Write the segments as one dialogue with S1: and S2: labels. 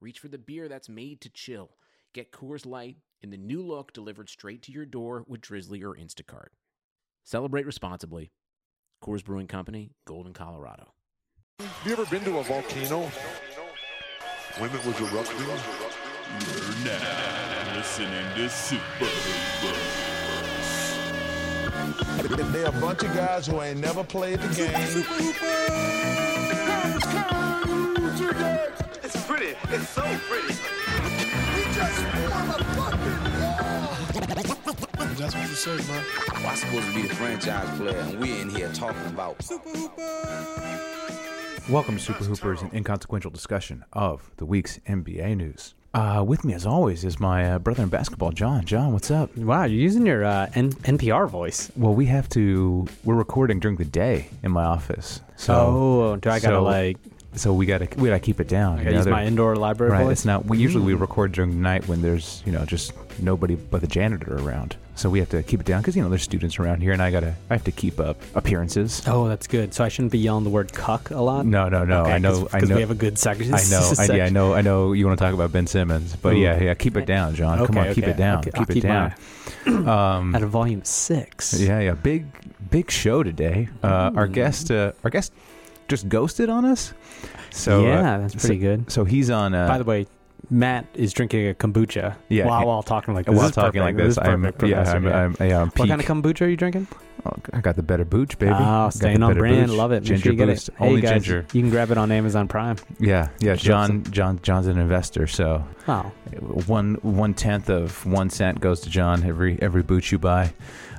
S1: reach for the beer that's made to chill. Get Coors Light in the new look delivered straight to your door with Drizzly or Instacart. Celebrate responsibly. Coors Brewing Company, Golden, Colorado.
S2: Have you ever been to a volcano?
S3: When it was erupting,
S4: You're now listening to Super Hoopers.
S2: They're a bunch of guys who ain't never played the game.
S5: It's pretty. It's so pretty.
S6: I'm supposed to be the franchise player, and we're in here talking about
S7: Welcome to Super Hoopers, an inconsequential discussion of the week's NBA news. Uh, with me, as always, is my uh, brother in basketball, John. John, what's up?
S8: Wow, you're using your uh, N- NPR voice.
S7: Well, we have to. We're recording during the day in my office, so
S8: Oh, do I gotta,
S7: so-
S8: like-
S7: So we gotta we gotta keep it down.
S8: I
S7: you
S8: gotta
S7: know,
S8: use
S7: there-
S8: my indoor library
S7: Right,
S8: voice. Mm.
S7: it's not. We usually we record during the night when there's you know just nobody but the janitor around. So we have to keep it down because you know there's students around here, and I gotta I have to keep up appearances.
S8: Oh, that's good. So I shouldn't be yelling the word cuck a lot.
S7: No, no, no.
S8: Okay,
S7: I know.
S8: 'cause-
S7: I
S8: 'cause
S7: know.
S8: we have a good sec-
S7: I know. I, yeah, I
S8: section.
S7: know. I know. You want to talk about Ben Simmons, but
S8: Ooh.
S7: yeah, yeah. Keep it down, John. Come on,
S8: Okay,
S7: keep
S8: okay.
S7: it down.
S8: Okay,
S7: Keep
S8: I'll
S7: it
S8: keep
S7: down. um,
S8: At a volume six.
S7: yeah, yeah. Big, big show today. Uh, our guest, uh, our guest, just ghosted on us. So uh,
S8: Yeah, that's
S7: so-
S8: pretty good.
S7: So he's on. Uh,
S8: By the way, Matt is drinking a kombucha.
S7: Yeah,
S8: While,
S7: he-
S8: while talking like this.
S7: while
S8: This is
S7: talking like
S8: perfect.
S7: this,
S8: is
S7: I'm,
S8: perfect for
S7: yeah,
S8: us,
S7: I'm,
S8: yeah.
S7: I'm, yeah, I'm
S8: What
S7: peak.
S8: kind of kombucha are you drinking?
S7: Oh, I got the better booch, baby.
S8: Oh,
S7: Got the
S8: staying on
S7: better
S8: brand.
S7: booch.
S8: Love it. Make
S7: Ginger
S8: sure you get
S7: boost.
S8: it.
S7: Only
S8: hey, guys,
S7: ginger.
S8: You can grab it on Amazon Prime.
S7: Yeah, yeah.
S8: Sure,
S7: John,
S8: so-
S7: John, John's an investor, so
S8: Wow.
S7: one one tenth of one cent goes to John every every boot you buy.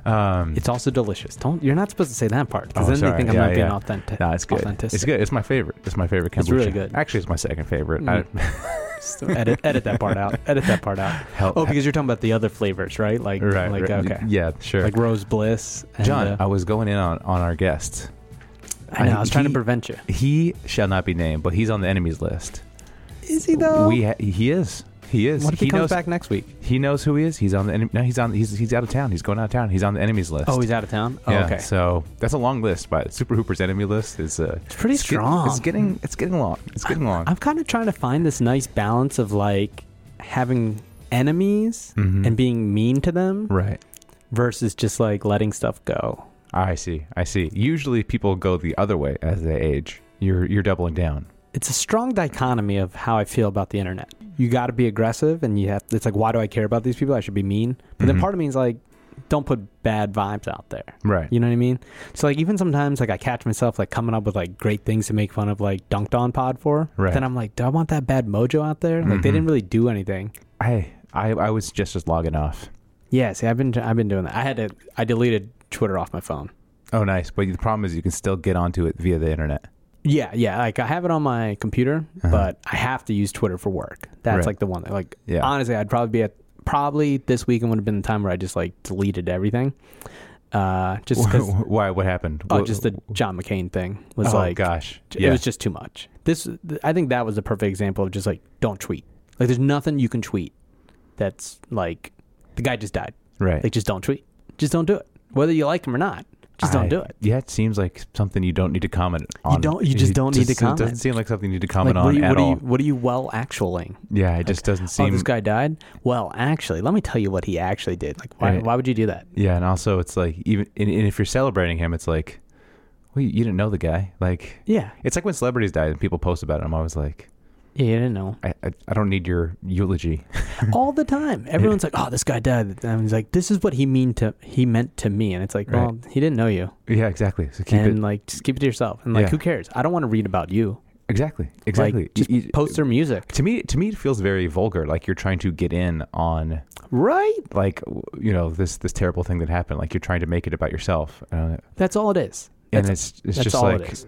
S7: Um,
S8: It's also delicious. Don't you're not supposed to say that part
S7: oh,
S8: because then
S7: sorry.
S8: they think I'm
S7: Yeah,
S8: not being
S7: yeah.
S8: authentic.
S7: No, it's good.
S8: Authentic.
S7: It's good. It's my favorite. It's my favorite kombucha.
S8: It's really good. Mm.
S7: Actually, it's my second favorite. I-
S8: So edit edit that part out. Edit that part out.
S7: Hell-
S8: oh, because you're talking about the other flavors, right? Like
S7: right.
S8: like
S7: right.
S8: okay.
S7: Yeah. Sure.
S8: Like Rose Bliss. And,
S7: John,
S8: uh,
S7: I was going in on on our guest.
S8: I know. I was trying to
S7: he-
S8: prevent you.
S7: He shall not be named, but he's on the enemies list.
S8: Is he though?
S7: We ha- he is. He is.
S8: what if he, comes
S7: knows,
S8: back next week?
S7: He knows who he is. He's on the. Enemy, no, he's on. He's he's out of town. He's going out of town. He's on the enemies list.
S8: Oh, he's out of town. Oh,
S7: yeah,
S8: okay.
S7: So that's a long list, but Super Hooper's enemy list is uh,
S8: It's pretty
S7: get-
S8: strong.
S7: it's getting it's getting long. It's getting long.
S8: I'm kind of trying to find this nice balance of like having enemies and being mean to them
S7: Mm-hmm. right.
S8: versus just like letting stuff go.
S7: I see. I see. Usually people go the other way as they age. You're you're doubling down.
S8: it's a strong dichotomy of how I feel about the internet. You got to be aggressive, and you have. It's like, why do I care about these people? I should be mean. But
S7: Mm-hmm.
S8: then part of me is like, don't put bad vibes out there.
S7: Right.
S8: You know what I mean? So like, even sometimes like I catch myself like coming up with like great things to make fun of like dunked on pod for.
S7: Right. Mm-hmm.
S8: Then I'm like, do I want that bad mojo out there? Like they didn't really do anything.
S7: I I I was just just logging off.
S8: Yeah. See, I've been I've been doing that. I had to I deleted Twitter off my phone.
S7: Oh, nice. But the problem is you can still get onto it via the internet.
S8: Yeah, yeah. Like I have it on my computer, but I have to use Twitter for work. That's
S7: Uh-huh. Right.
S8: like the one. That, like
S7: Yeah.
S8: honestly, I'd probably be at probably this weekend would have been the time where I just like deleted everything. Uh, just because
S7: Why? What happened?
S8: oh,
S7: Wh-
S8: just the John McCain thing was
S7: Oh,
S8: like
S7: gosh.
S8: it
S7: Yeah.
S8: was just too much. This th- I think that was a perfect example of just like don't tweet. Like there's nothing you can tweet that's like the guy just died.
S7: Right.
S8: Like just don't tweet. Just don't do it. Whether you liked him or not, just
S7: I-
S8: don't do it.
S7: Yeah, it seems like something you don't need to comment on.
S8: don't- you just don't need to
S7: It doesn't
S8: comment.
S7: seem like something you need to
S8: Like
S7: comment
S8: what,
S7: on
S8: are you,
S7: at
S8: what, are
S7: all.
S8: you, what are you well actualing?
S7: yeah, it just doesn't
S8: oh,
S7: seem.
S8: this guy died. Well, actually, let me tell you what he actually did. Like, why?
S7: Right.
S8: Why would you do that?
S7: Yeah, and also it's like even and, and if you're celebrating him, it's like, well, you, you didn't know the guy. Like,
S8: Yeah,
S7: it's like when celebrities die and people post about it. I'm always like,
S8: yeah, you didn't know.
S7: I, I, I don't need your eulogy.
S8: All the time, everyone's like, "Oh, this guy died," and he's like, "This is what he mean to he meant to me," and it's like,
S7: Right.
S8: "Well, he didn't know you,
S7: yeah, exactly. So keep
S8: and
S7: it
S8: like just keep it to yourself, and like,
S7: Yeah.
S8: who cares? I don't want to read about you.
S7: exactly exactly.
S8: Like, just
S7: You- you-
S8: post their music,
S7: to me, to me, it feels very vulgar. Like you're trying to get in on
S8: right?
S7: like w- you know this this terrible thing that happened. Like you're trying to make it about yourself, uh, and
S8: That's all it is. That's,
S7: it's it's
S8: that's
S7: just
S8: all
S7: like
S8: it is.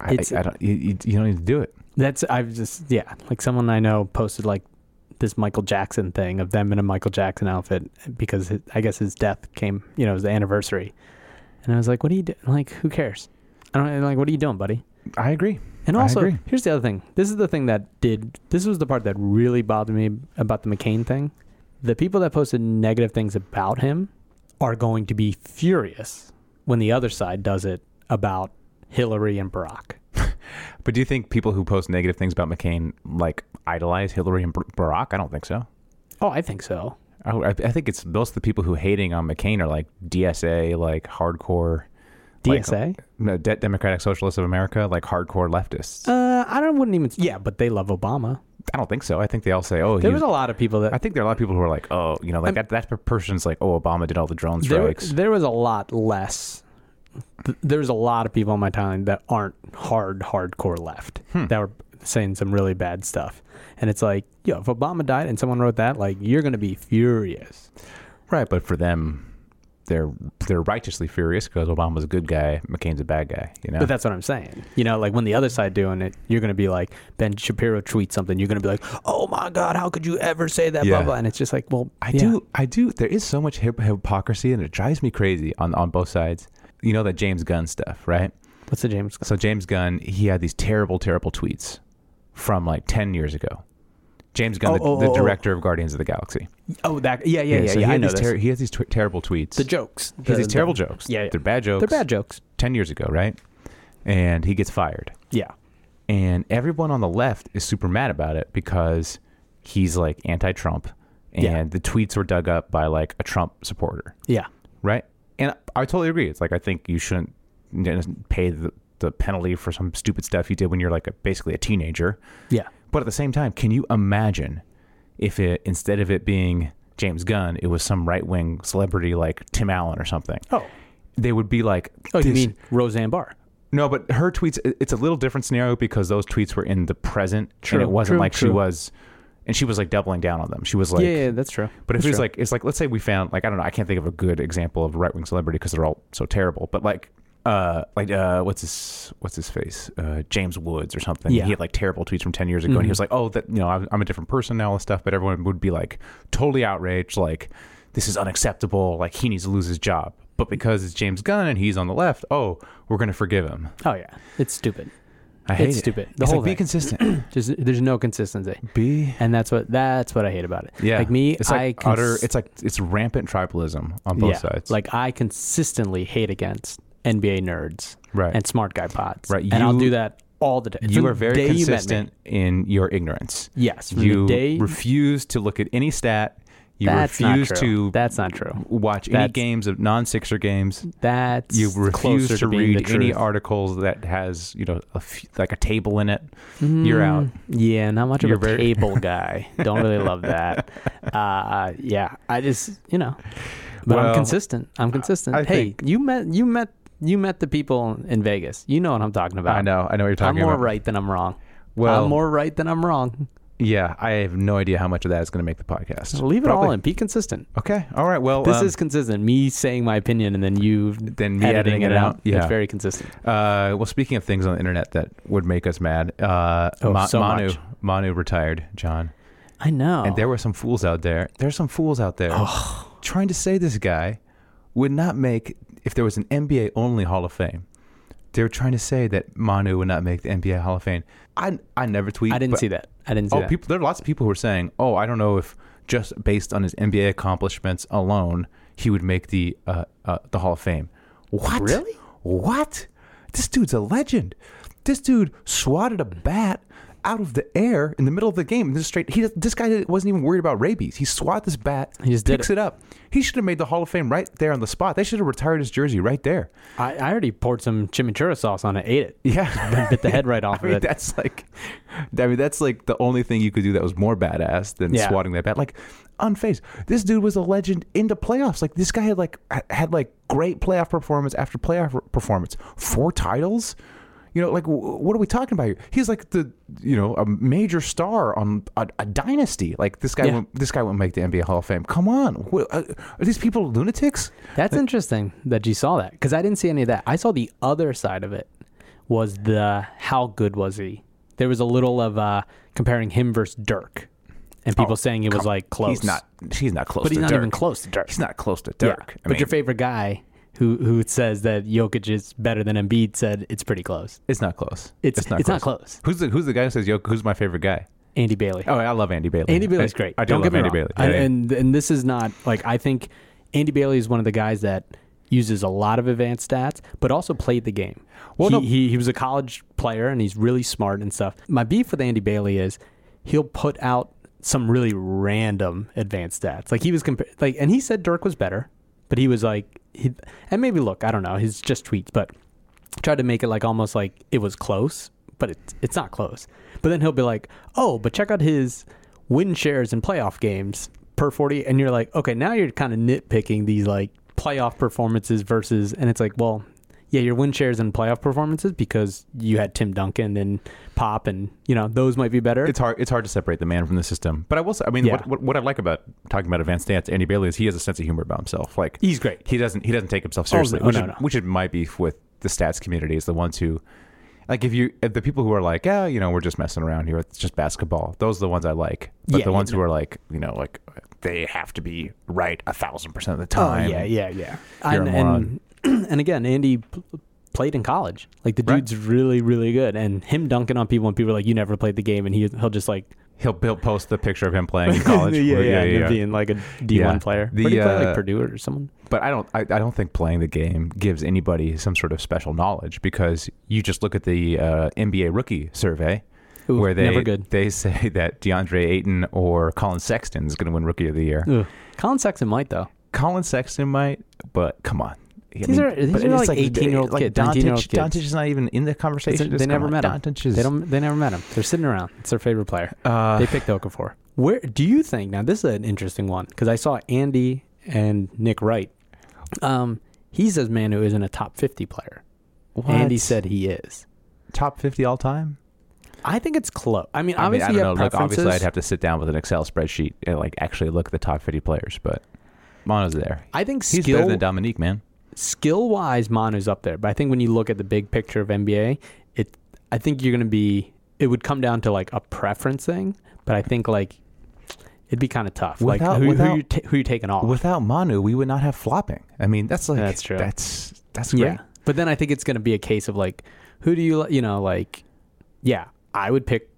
S7: I,
S8: It's-
S7: I, I don't you, you you don't need to do it.
S8: That's I've just yeah, like someone I know posted like this Michael Jackson thing of them in a Michael Jackson outfit because his, I guess his death came, you know, it was the anniversary. And I was like, "What are you doing? Like, who cares?" I don't and like, "What are you doing, buddy?"
S7: I agree.
S8: And
S7: I
S8: also,
S7: agree.
S8: here's the other thing. This is the thing that did. This was the part that really bothered me about the McCain thing. The people that posted negative things about him are going to be furious when the other side does it about Hillary and Barack.
S7: But do you think people who post negative things about McCain like idolize Hillary and Bar- Barack? I don't think so.
S8: Oh, I think so.
S7: I, I I think it's most of the people who hating on McCain are like DSA, like hardcore like,
S8: DSA.
S7: no, De- Democratic Socialists of America, like hardcore leftists.
S8: uh, I don't. Wouldn't even. Yeah, but they love Obama.
S7: I don't think so. I think they all say, "Oh,
S8: There
S7: he
S8: was a lot of people that
S7: I think there are a lot of people who are like, "Oh, you know, like that that person's like, oh, Obama did all the drone
S8: there,
S7: strikes."
S8: there was a lot less. th- There's a lot of people on my timeline that aren't hard, hardcore left that were saying some really bad stuff. And it's like, yo, if Obama died and someone wrote that, like, you're going to be furious.
S7: right, but for them, they're they're righteously furious because Obama's a good guy, McCain's a bad guy. You know,
S8: But that's what I'm saying. You know, like when the other side doing it, you're going to be like, Ben Shapiro tweets something. You're going to be like, oh my God, how could you ever say that? Blah,
S7: Yeah.
S8: blah. And it's just like, well,
S7: I
S8: yeah.
S7: do, I do. There is so much hip- hypocrisy, and it drives me crazy on on both sides. You know that James Gunn stuff, right?
S8: What's the James?
S7: So James Gunn, he had these terrible, terrible tweets from like ten years ago. James Gunn,
S8: Oh,
S7: the,
S8: oh,
S7: the
S8: oh, oh.
S7: director of Guardians of the Galaxy.
S8: Oh, that. Yeah, yeah, yeah. yeah,
S7: so he,
S8: I
S7: had
S8: know
S7: these
S8: this.
S7: ter- he has these tw- terrible tweets.
S8: the jokes.
S7: he has
S8: The-
S7: these terrible
S8: the-
S7: jokes.
S8: Yeah, yeah.
S7: they're bad jokes.
S8: They're bad jokes.
S7: 10 years ago, right? And he gets fired.
S8: Yeah.
S7: And everyone on the left is super mad about it because he's like anti Trump. And
S8: Yeah.
S7: the tweets were dug up by like a Trump supporter,
S8: Yeah.
S7: right? And I totally agree. It's like, I think you shouldn't you know, pay the, the penalty for some stupid stuff you did when you're like a, basically a teenager.
S8: Yeah.
S7: But at the same time, can you imagine if it, instead of it being James Gunn, it was some right wing celebrity like Tim Allen or something?
S8: Oh.
S7: They would be like,
S8: Oh, you
S7: "This-
S8: mean Roseanne Barr?
S7: No, but her tweets, it- it's a little different scenario because those tweets were in the present
S8: True,
S7: and it wasn't
S8: true,
S7: like she
S8: true.
S7: was, and she was like doubling down on them. She was like,
S8: that's true.
S7: but if it was like, it's like, let's say we found, like, I don't know, I can't think of a good example of right wing celebrity because they're all so terrible, but like, uh, like uh, what's his what's his face? Uh, James Woods or something.
S8: Yeah. Mm-hmm.
S7: He had like terrible tweets from ten years ago, and he was like, "Oh, that you know, I'm, I'm a different person now, all this stuff." But everyone would be like totally outraged, like, "This is unacceptable! Like, he needs to lose his job." But because it's James Gunn and he's on the left, oh, we're gonna forgive him.
S8: oh yeah, it's stupid.
S7: I hate
S8: It's
S7: it.
S8: stupid. The
S7: it's
S8: whole
S7: like, be
S8: thing.
S7: consistent.
S8: Just there's no consistency,
S7: be
S8: and that's what that's what I hate about it.
S7: yeah.
S8: like me,
S7: it's
S8: I
S7: like
S8: cons-
S7: utter. It's like it's rampant tribalism on both
S8: yeah,
S7: sides.
S8: Like I consistently hate against NBA nerds,
S7: Right.
S8: and smart guy pods,
S7: Right,
S8: and I'll
S7: you-
S8: do that all the day. From
S7: you
S8: the
S7: are very
S8: day you met me.
S7: consistent in your ignorance.
S8: Yes, from the
S7: you
S8: day-
S7: refuse to look at any stat. You
S8: That's not
S7: refuse
S8: true.
S7: to
S8: That's not true.
S7: watch any
S8: That's-
S7: games of non-Sixer games.
S8: That's
S7: You
S8: closer
S7: refuse to,
S8: being
S7: read
S8: the
S7: any
S8: truth.
S7: articles that has you know a f- like a table in it.
S8: Mm.
S7: You're out.
S8: Yeah, not much of
S7: You're
S8: a
S7: very-
S8: table guy. Don't really love that. Uh, yeah, I just you know, but
S7: Well,
S8: I'm consistent. I'm consistent.
S7: I
S8: hey,
S7: think-
S8: you met you met you met the people in Vegas. You know what I'm talking about.
S7: I know. I know what you're
S8: I'm
S7: talking
S8: more
S7: about.
S8: right than I'm wrong.
S7: Well-
S8: I'm more right than I'm wrong.
S7: Yeah, I have no idea how much of that is going to make the podcast.
S8: Leave it all
S7: Probably-
S8: in. Be consistent.
S7: Okay. All right. Well,
S8: This
S7: um,
S8: is consistent. Me saying my opinion and then you
S7: Then me editing it
S8: it
S7: out. Yeah.
S8: It's very consistent.
S7: Uh, well, speaking of things on the internet that would make us mad, uh,
S8: Oh, so
S7: Manu,
S8: much.
S7: Manu retired, John,
S8: I know.
S7: and there were some fools out there. There's some fools out there trying to say this guy would not make if there was an NBA only Hall of Fame. They were trying to say that Manu would not make the NBA Hall of Fame. I I never tweet.
S8: I didn't
S7: but-
S8: see that. I didn't see
S7: Oh,
S8: that.
S7: people! There are lots of people who are saying, "Oh, I don't know if just based on his NBA accomplishments alone, he would make the uh, uh, the Hall of Fame." What?
S8: Really?
S7: What? This dude's a legend. This dude swatted a bat out of the air in the middle of the game. This is straight. He this guy wasn't even worried about rabies. He swatted this bat.
S8: He just did
S7: picks
S8: it.
S7: it up. He should have made the Hall of Fame right there on the spot. They should have retired his jersey right there.
S8: I, I already poured some chimichurri sauce on it, ate it.
S7: Yeah.
S8: Bit the head right
S7: I
S8: off of
S7: mean,
S8: it.
S7: that's like, I mean, that's like the only thing you could do that was more badass than
S8: Yeah.
S7: swatting that bat. Like, unfazed. This dude was a legend in the playoffs. Like, this guy had like had like great playoff performance after playoff performance. Four titles. You know, like, wh- what are we talking about here? He's like the, you know, a major star on a, a dynasty. Like this guy,
S8: Yeah.
S7: won't, this guy won't make the NBA Hall of Fame. Come on, Wh- uh, are these people lunatics?
S8: That's interesting that you saw that because I didn't see any of that. I saw the other side of it was the how good was he? There was a little of uh, comparing him versus Dirk, and people saying it
S7: Oh,
S8: was
S7: Come-
S8: like close.
S7: He's not. He's not close.
S8: but he's
S7: to
S8: not
S7: Dirk.
S8: even close to Dirk.
S7: He's not close to
S8: Yeah.
S7: Dirk. I
S8: but
S7: mean,
S8: your favorite guy who who says that Jokic is better than Embiid said it's pretty close.
S7: it's not close.
S8: It's- it's not close.
S7: Who's the Who's the guy who says, "Yo, who's my favorite guy"?
S8: Andy Bailey.
S7: Oh, I love Andy Bailey.
S8: Andy Bailey's
S7: I-
S8: great.
S7: I do
S8: Don't
S7: love
S8: get me
S7: Andy
S8: wrong.
S7: Bailey.
S8: I-
S7: Yeah, yeah.
S8: and and this is not like I think Andy Bailey is one of the guys that uses a lot of advanced stats, but also played the game.
S7: Well,
S8: he,
S7: no-
S8: he he was a college player and he's really smart and stuff. My beef with Andy Bailey is he'll put out some really random advanced stats. Like he was compa- like, and he said Dirk was better, but he was like, he, and maybe look, I don't know, his just tweets, but tried to make it like almost like it was close, but it's it's not close. But then he'll be like, "Oh, but check out his win shares in playoff games per 40." And you're like, "Okay, now you're kind of nitpicking these like playoff performances versus and it's like, well, yeah, your win shares in playoff performances because you had Tim Duncan and Pop and, you know, those might be better.
S7: it's hard. It's hard to separate the man from the system. But I will say, I mean,
S8: Yeah.
S7: what, what, what I like about talking about advanced dance, Andy Bailey is he has a sense of humor about himself. Like
S8: He's great.
S7: He doesn't. He doesn't take himself seriously.
S8: Oh, no,
S7: which,
S8: no,
S7: is,
S8: no.
S7: which is my beef with the stats community is the ones who, like, if you if the people who are like, yeah, you know, we're just messing around here. It's just basketball. Those are the ones I like. But
S8: Yeah,
S7: the
S8: yeah,
S7: ones who
S8: no.
S7: are like, you know, like they have to be right a thousand percent of the time.
S8: Oh, yeah, yeah, yeah.
S7: You're
S8: And,
S7: a
S8: and and again, Andy p- played in college. Like the
S7: Right.
S8: dude's really, really good. And him dunking on people and people are like, "You never played the game," and he he'll just like
S7: He'll he'll post the picture of him playing in college.
S8: yeah, yeah, and him
S7: yeah.
S8: being like a D one
S7: Yeah.
S8: player.
S7: The,
S8: but he played like
S7: uh,
S8: Purdue or someone.
S7: But I don't. I, I don't think playing the game gives anybody some sort of special knowledge because you just look at the uh, NBA rookie survey,
S8: Ooh,
S7: where they
S8: never good.
S7: they say that DeAndre Ayton or Colin Sexton is going to win Rookie of the Year.
S8: Ugh. Colin Sexton might though.
S7: Colin Sexton might, but come on. I
S8: These are- these
S7: but
S8: are
S7: it's
S8: like 18-year-old
S7: like
S8: kids, 19-year-old
S7: Doncic-
S8: kids.
S7: Doncic is not even in the
S8: They,
S7: conversation.
S8: they
S7: Just
S8: never
S7: come
S8: met
S7: on,
S8: him.
S7: Doncic is
S8: They don't. They never met him. They're sitting around. It's their favorite player.
S7: Uh,
S8: they picked Okafor. Where do you think? Now this is an interesting one because I saw Andy and Nick Wright. Um, he says Manu isn't a top fifty player. Andy
S7: What?
S8: said he is.
S7: top fifty all time.
S8: I think it's close. I mean,
S7: I mean,
S8: obviously,
S7: I don't
S8: you
S7: know.
S8: have
S7: Look,
S8: preferences.
S7: obviously, I'd have to sit down with an Excel spreadsheet and like actually look at the top fifty players. But Mono's there.
S8: I think
S7: He's
S8: skill
S7: better than Dominique, man.
S8: skill wise, Manu's up there. But I think when you look at the big picture of NBA, it I think you're going to be. It would come down to like a preference thing. But I think like it'd be kind of tough.
S7: Without-
S8: like who,
S7: without-
S8: who you ta- who you taking off?
S7: Without Manu, we would not have flopping. I mean, that's like
S8: That's true.
S7: That's that's great.
S8: yeah. But then I think it's going to be a case of like, who do you li- you know like? Yeah, I would pick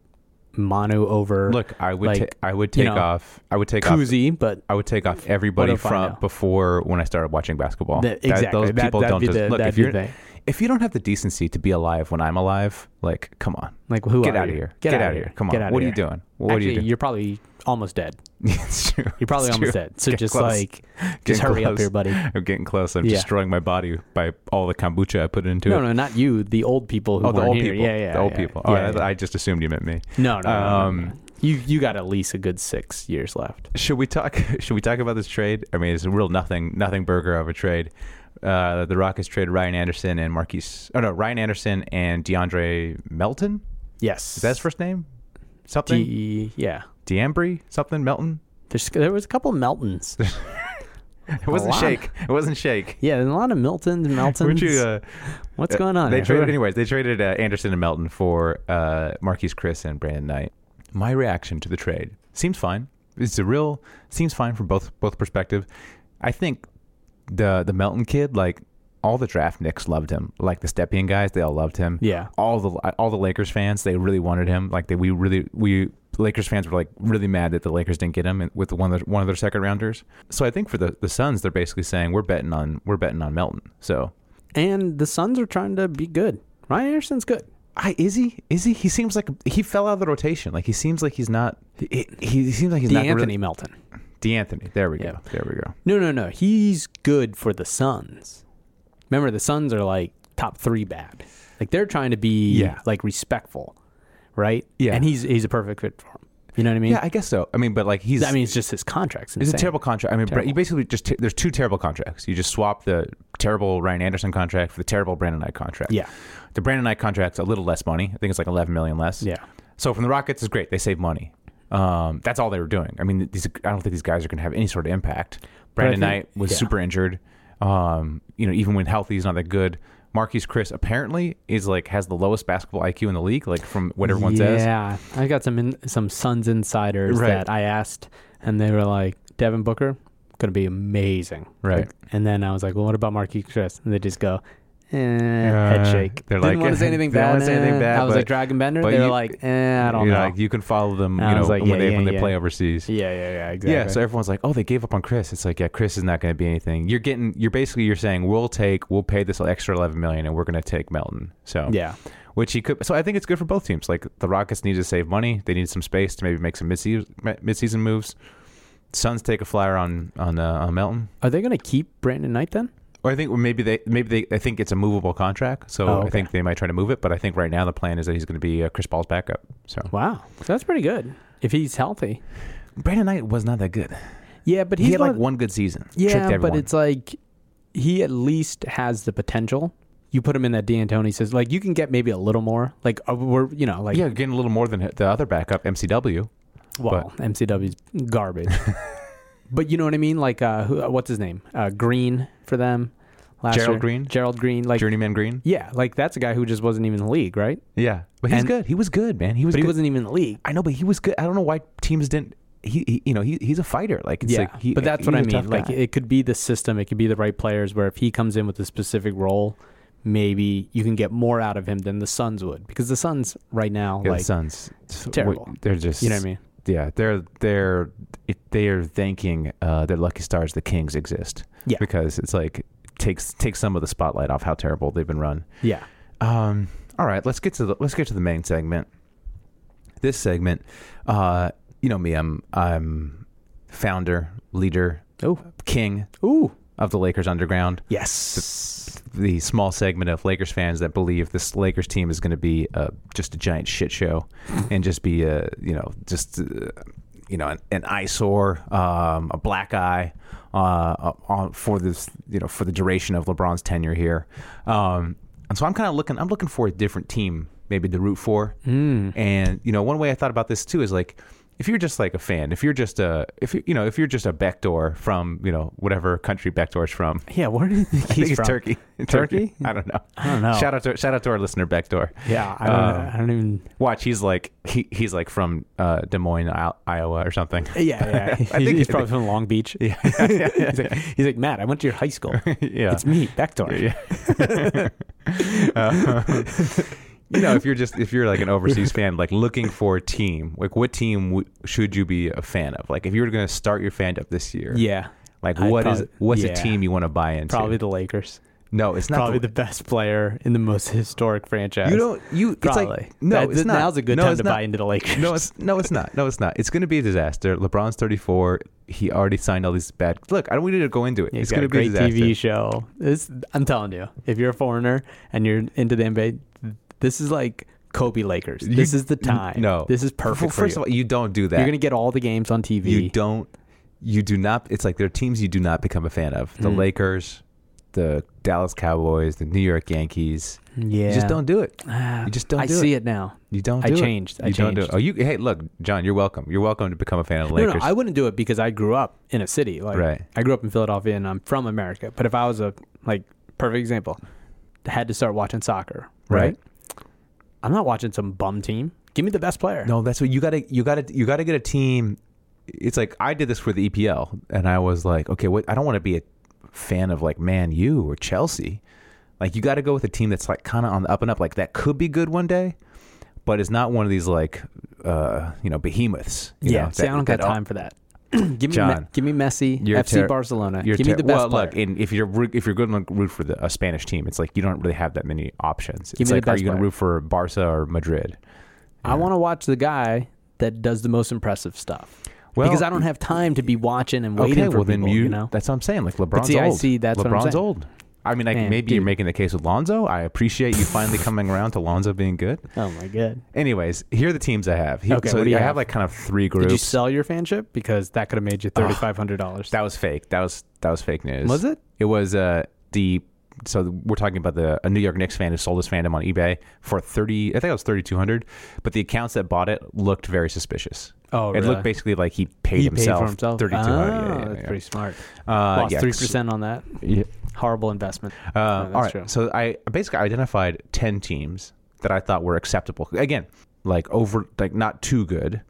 S8: Manu over.
S7: Look, I would
S8: like,
S7: ta- I would
S8: you
S7: take
S8: know,
S7: off. I would take off.
S8: Kuzi, but
S7: I would take off everybody
S8: What if I
S7: from
S8: know?
S7: before when I started watching basketball.
S8: That- exactly.
S7: those
S8: That-
S7: people
S8: that'd
S7: don't
S8: be
S7: just
S8: the-
S7: look
S8: that'd
S7: if
S8: be
S7: you're
S8: the thing.
S7: if you don't have the decency to be alive when I'm alive, like come on,
S8: like who?
S7: get
S8: are
S7: out
S8: you?
S7: of here, get, out of here. come on,
S8: Get out of
S7: what are
S8: here.
S7: you doing? What
S8: Actually,
S7: are you doing?
S8: are probably almost dead.
S7: it's true.
S8: You're probably
S7: It's
S8: almost
S7: true.
S8: dead. So
S7: Get
S8: just
S7: close.
S8: like, just
S7: Getting
S8: hurry up
S7: close.
S8: here, buddy.
S7: I'm getting close. I'm
S8: Yeah.
S7: destroying my body by all the kombucha I put into
S8: No,
S7: it.
S8: no, not you. The old people who
S7: Oh, the
S8: weren't
S7: old
S8: here.
S7: people.
S8: Yeah, yeah,
S7: the old
S8: yeah,
S7: people.
S8: Yeah,
S7: Oh, I-
S8: yeah.
S7: I just assumed you meant me.
S8: no, no, no, no, no, no.
S7: Um,
S8: You you got at least a good six years left.
S7: Should we talk? Should we talk about this trade? I mean, it's a real nothing, nothing burger of a trade. Uh, the Rockets trade Ryan Anderson and Marquise. Oh no, Ryan Anderson and DeAndre Melton.
S8: Yes,
S7: Is that his first name? Something
S8: D. Yeah,
S7: Deambry. Something Melton.
S8: there's there was a couple Meltons.
S7: It wasn't
S8: lot.
S7: Shake. It wasn't Shake.
S8: yeah, there's a lot of Miltons, Meltons.
S7: Weren't you? Uh,
S8: What's going on?
S7: They
S8: here?
S7: traded anyways. They traded uh, Anderson and Melton for uh, Marquise Chris and Brandon Knight. My reaction to the trade seems fine. It's a real seems fine from both both perspective. I think the the Melton kid like. All the draft Knicks loved him. Like the Stepien guys, they all loved him.
S8: Yeah.
S7: All the all the Lakers fans, they really wanted him. Like they, we really we Lakers fans were like really mad that the Lakers didn't get him with one of their, one of their second rounders. So I think for the the Suns, they're basically saying we're betting on we're betting on Melton. So
S8: And the Suns are trying to be good. Ryan Anderson's good.
S7: I, is he? Is he? He seems like he fell out of the rotation. Like he seems like he's not. He, he seems like he's not.
S8: DeAnthony
S7: Really,
S8: Melton.
S7: D'Anthony. There we
S8: Yeah.
S7: go. There we go.
S8: No, no, no. He's good for the Suns. Remember, the Suns are like top three bad. Like they're trying to be
S7: Yeah.
S8: like respectful, right?
S7: Yeah.
S8: And he's he's a perfect fit for him. You know what I mean?
S7: Yeah, I guess so. I mean, but like he's.
S8: I mean, it's just his contract's
S7: it's
S8: insane.
S7: a terrible contract. I mean, Brett, you basically just t- there's two terrible contracts. You just swap the terrible Ryan Anderson contract for the terrible Brandon Knight contract.
S8: Yeah.
S7: The Brandon Knight contract's a little less money. I think it's like 11 million less.
S8: Yeah.
S7: So from the Rockets is great. They save money. Um, that's all they were doing. I mean, these I don't think these guys are going to have any sort of impact.
S8: I
S7: Brandon
S8: think-
S7: Knight was
S8: yeah.
S7: super injured. Um, you know, even when healthy, he's not that good. Marquise Chris apparently is like has the lowest basketball IQ in the league, like from what everyone says.
S8: Yeah, I got some in, some Suns insiders
S7: Right.
S8: that I asked, and they were like, "Devin Booker, gonna be amazing."
S7: Right.
S8: Like, and then I was like, "Well, what about Marquis Chris?" And they just go, eh,
S7: Uh,
S8: "Head shake."
S7: they're
S8: Didn't
S7: like,
S8: want to say anything
S7: they don't
S8: bad.
S7: wanna say anything
S8: eh.
S7: bad,
S8: I was
S7: but-
S8: like Dragon Bender.
S7: but
S8: They were
S7: you-
S8: like, eh, "I don't
S7: you
S8: know."
S7: like you can follow them,
S8: I
S7: you know,
S8: was like,
S7: when
S8: yeah,
S7: they
S8: yeah,
S7: when they
S8: yeah.
S7: play overseas.
S8: yeah, yeah, yeah, exactly.
S7: Yeah, so everyone's like, "Oh, they gave up on Chris." It's like, "Yeah, Chris is not going to be anything." You're getting, you're basically, you're saying, "We'll take, we'll pay this extra 11 million, and we're going to take Melton." So
S8: Yeah.
S7: which he could. So I think it's good for both teams. Like the Rockets need to save money; they need some space to maybe make some midseason midseason moves. Suns take a flyer on on uh, on Melton,
S8: are they gonna keep Brandon Knight then?
S7: or I think maybe they maybe they I think it's a movable contract, so
S8: Oh,
S7: I
S8: okay.
S7: think they might try to move it. But I think right now the plan is that he's going to be uh, Chris Paul's backup. So
S8: Wow, so that's pretty good if he's healthy.
S7: Brandon Knight was not that good.
S8: Yeah, but
S7: He
S8: he's
S7: had
S8: one
S7: like
S8: of-
S7: one good season. Tricked
S8: Yeah, but
S7: everyone.
S8: it's like he at least has the potential. You put him in that D'Antoni says like you can get maybe a little more. Like uh, we're you know like
S7: yeah, getting a little more than the other backup MCW.
S8: well MCW's garbage. but you know what I mean? Like uh, who, uh, what's his name? Uh, Green for them. Last
S7: Gerald
S8: year.
S7: Green?
S8: Gerald Green. Like
S7: Journeyman Green.
S8: yeah, like that's a guy who just wasn't even in the league, right?
S7: Yeah, but he's
S8: And-
S7: good. He was good, man. He was.
S8: But he
S7: good.
S8: wasn't even in the league.
S7: I know, but he was good. I don't know why teams didn't. He, he you know, he, he's a fighter. Like, it's
S8: yeah,
S7: like he,
S8: but that's what I
S7: he's a tough
S8: mean. Like
S7: guy.
S8: it could be the system, it could be the right players. Where if he comes in with a specific role, maybe you can get more out of him than the Suns would, because the Suns right now,
S7: yeah,
S8: like
S7: the Suns, it's-
S8: terrible.
S7: what- They're just,
S8: you know what I mean.
S7: Yeah, they're they're it, they're thanking uh, their lucky stars the Kings exist.
S8: Yeah.
S7: because it's like takes takes some of the spotlight off how terrible they've been run.
S8: Yeah,
S7: Um, all right, let's get to the let's get to the main segment. This segment, uh, you know me, I'm I'm founder, leader,
S8: Oh.
S7: king,
S8: Ooh.
S7: of the Lakers Underground.
S8: yes,
S7: the small segment of Lakers fans that believe this Lakers team is going to be uh, just a giant shit show and just be a you know just uh, you know an, an eyesore, um, a black eye uh, on for this you know for the duration of LeBron's tenure here. Um, and so I'm kind of looking I'm looking for a different team maybe to root for. And you know one way I thought about this too is like if you're just like a fan, if you're just a if you, you know if you're just a backdoor from you know whatever country backdoor's from,
S8: yeah. Where do you think
S7: I
S8: he's
S7: think it's
S8: from?
S7: Turkey.
S8: Turkey?
S7: I don't know. I
S8: don't know.
S7: Shout out to shout out to our listener Backdoor.
S8: Yeah, I don't,
S7: Uh,
S8: I don't even.
S7: Watch, he's like he, he's like from uh, Des Moines, I- Iowa, or something.
S8: Yeah, yeah.
S7: think-
S8: he's probably from Long Beach. Yeah, he's, like, he's like Matt. I went to your high school.
S7: yeah.
S8: It's me, Backdoor.
S7: Yeah. Uh, you know, if you're just if you're like an overseas fan, like looking for a team, like what team w- should you be a fan of? Like if you were going to start your fandom this year,
S8: Yeah,
S7: Like
S8: I'd
S7: what is
S8: probably-
S7: what's
S8: yeah.
S7: a team you want to buy into?
S8: probably the Lakers.
S7: no, it's not
S8: probably the best player in the most historic franchise.
S7: You don't. You
S8: Probably.
S7: it's like no.
S8: That-
S7: it's not.
S8: Now's a good
S7: No,
S8: time
S7: it's
S8: to
S7: not.
S8: buy into the Lakers.
S7: No, it's no, it's not. No, it's not. It's going to be a disaster. LeBron's 34. He already signed all these bad. Look, I don't. We need to go into it.
S8: Yeah,
S7: it's
S8: he's got
S7: going to be
S8: a
S7: a
S8: great
S7: disaster.
S8: TV show. This, I'm telling you, if you're a foreigner and you're into the NBA, this is like Kobe Lakers.
S7: You-
S8: This is the time.
S7: No,
S8: this is
S7: Well,
S8: perfect.
S7: first
S8: for you.
S7: of all, you don't do that.
S8: you're gonna get all the games on TV.
S7: You don't. You do not. It's like there are teams you do not become a fan of.
S8: Mm.
S7: The Lakers, the Dallas Cowboys, the New York Yankees.
S8: yeah,
S7: You just don't do it.
S8: Ah,
S7: you just don't
S8: I
S7: do
S8: see
S7: it.
S8: it now.
S7: You don't.
S8: I
S7: do it.
S8: changed. I
S7: You don't do it.
S8: changed.
S7: Oh, you. Hey, look, John. You're welcome. You're welcome to become a fan of the
S8: No,
S7: Lakers.
S8: no, I wouldn't do it because I grew up in a city. Like,
S7: Right.
S8: I grew up in Philadelphia and I'm from America. But if I was a like perfect example, had to start watching soccer,
S7: Right.
S8: right? I'm not watching some bum team. Give me the best player.
S7: No, that's what you gotta you gotta you gotta get a team. It's like I did this for the EPL, and I was like, okay, what? I don't want to be a fan of like Man U or Chelsea. Like you got to go with a team that's like kind of on the up and up. Like that could be good one day, but it's not one of these like uh you know behemoths. You
S8: yeah,
S7: know,
S8: see, I don't got time for that. give me
S7: John,
S8: Me- give me Messi,
S7: you're
S8: FC
S7: ter-
S8: Barcelona.
S7: you're
S8: Give me
S7: ter-
S8: the best
S7: well,
S8: player.
S7: look, and if you're root- if you're good to root for the, a Spanish team, it's like you don't really have that many options.
S8: Give
S7: it's
S8: me the
S7: like, are
S8: best
S7: you going to
S8: player.
S7: root for Barca or Madrid?
S8: I want to watch the guy that does the most impressive stuff.
S7: Well-
S8: because I don't have time to be watching and waiting for people. You, know,
S7: that's what I'm saying. Like LeBron's
S8: see, I
S7: old.
S8: see, that's what I'm
S7: LeBron's
S8: saying.
S7: old. I mean, like
S8: Man,
S7: maybe you're
S8: dude.
S7: making the case with Lonzo. I appreciate you finally coming around to Lonzo being good.
S8: oh my god.
S7: Anyways, here are the teams I have. He-
S8: Okay,
S7: so
S8: what do you
S7: I have
S8: have?
S7: like kind of three groups.
S8: Did you sell your fanship? Because that could have made you thirty five hundred dollars.
S7: that was fake. That was that was fake news.
S8: Was it?
S7: It was uh the so we're talking about the a New York Knicks fan who sold his fandom on eBay for thirty. I think it was thirty two hundred. But the accounts that bought it looked very suspicious.
S8: Oh,
S7: it
S8: really?
S7: looked basically like he paid
S8: he paid
S7: himself
S8: for himself.
S7: thirty two
S8: Oh,
S7: hundred. yeah, yeah,
S8: that's
S7: yeah.
S8: pretty smart.
S7: Uh,
S8: Lost
S7: yeah,
S8: three percent on that.
S7: Yeah.
S8: horrible investment.
S7: Uh,
S8: that's
S7: all right.
S8: true.
S7: So I basically identified 10 teams that I thought were acceptable. Again, like over, like not too good,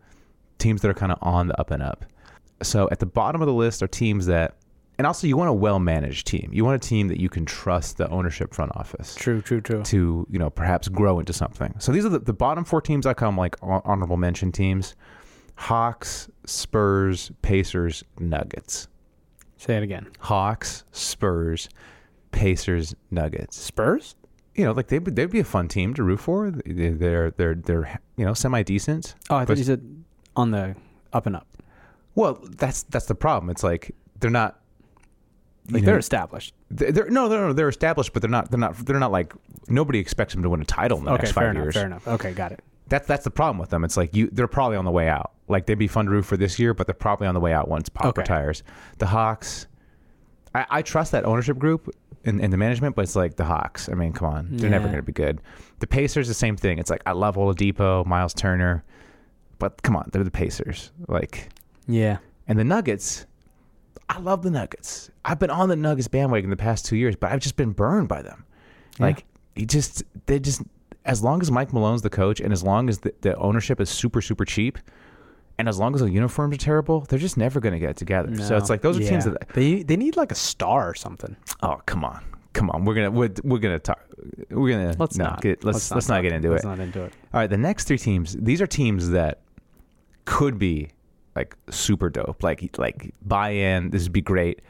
S7: teams that are kind of on the up and up. So at the bottom of the list are teams that, and also you want a well managed team. You want a team that you can trust the ownership front office
S8: True, true, true.
S7: to, you know, perhaps grow into something. So these are the, the bottom four teams I call them like hon- honorable mention teams Hawks, Spurs, Pacers, Nuggets.
S8: Say it again.
S7: Hawks, Spurs, Pacers, Nuggets.
S8: Spurs?
S7: you know, like they'd be, they'd be a fun team to root for. They- They're they're they're you know semi decent.
S8: Oh, I
S7: But-
S8: thought you said on the up and up.
S7: Well, that's that's the problem. It's like they're not.
S8: Like
S7: you
S8: they're
S7: know,
S8: established.
S7: they're, they're no, no, no, they're established, but they're not, they're not, they're not like nobody expects them to win a title in the
S8: Okay,
S7: next
S8: fair
S7: five
S8: enough.
S7: years.
S8: Fair enough. Okay, got it.
S7: That's that's the problem with them. It's like you, they're probably on the way out. Like they'd be fun to root for this year, but they're probably on the way out once Pop
S8: Okay.
S7: retires. The Hawks, I, I trust that ownership group and, and the management, but it's like the Hawks. I mean, come on, they're never
S8: Yeah.
S7: going to be good. The Pacers, the same thing. It's like I love Oladipo, Miles Turner, but come on, they're the Pacers. Like,
S8: Yeah.
S7: and the Nuggets, I love the Nuggets. I've been on the Nuggets bandwagon the past two years, but I've just been burned by them. Like, he just they just as long as Mike Malone's the coach, and as long as the, the ownership is super super cheap. And as long as the uniforms are terrible, they're just never going to get it together. So it's like those are teams
S8: Yeah.
S7: that
S8: they they need like a star or something.
S7: Oh come on, come on. We're gonna we're, we're gonna talk. We're gonna
S8: Let's
S7: no,
S8: not.
S7: Get, let's let's, not,
S8: talk-
S7: get into
S8: let's
S7: it.
S8: not into it.
S7: All right, the next three teams. These are teams that could be like super dope. Like like buy in. This would be great,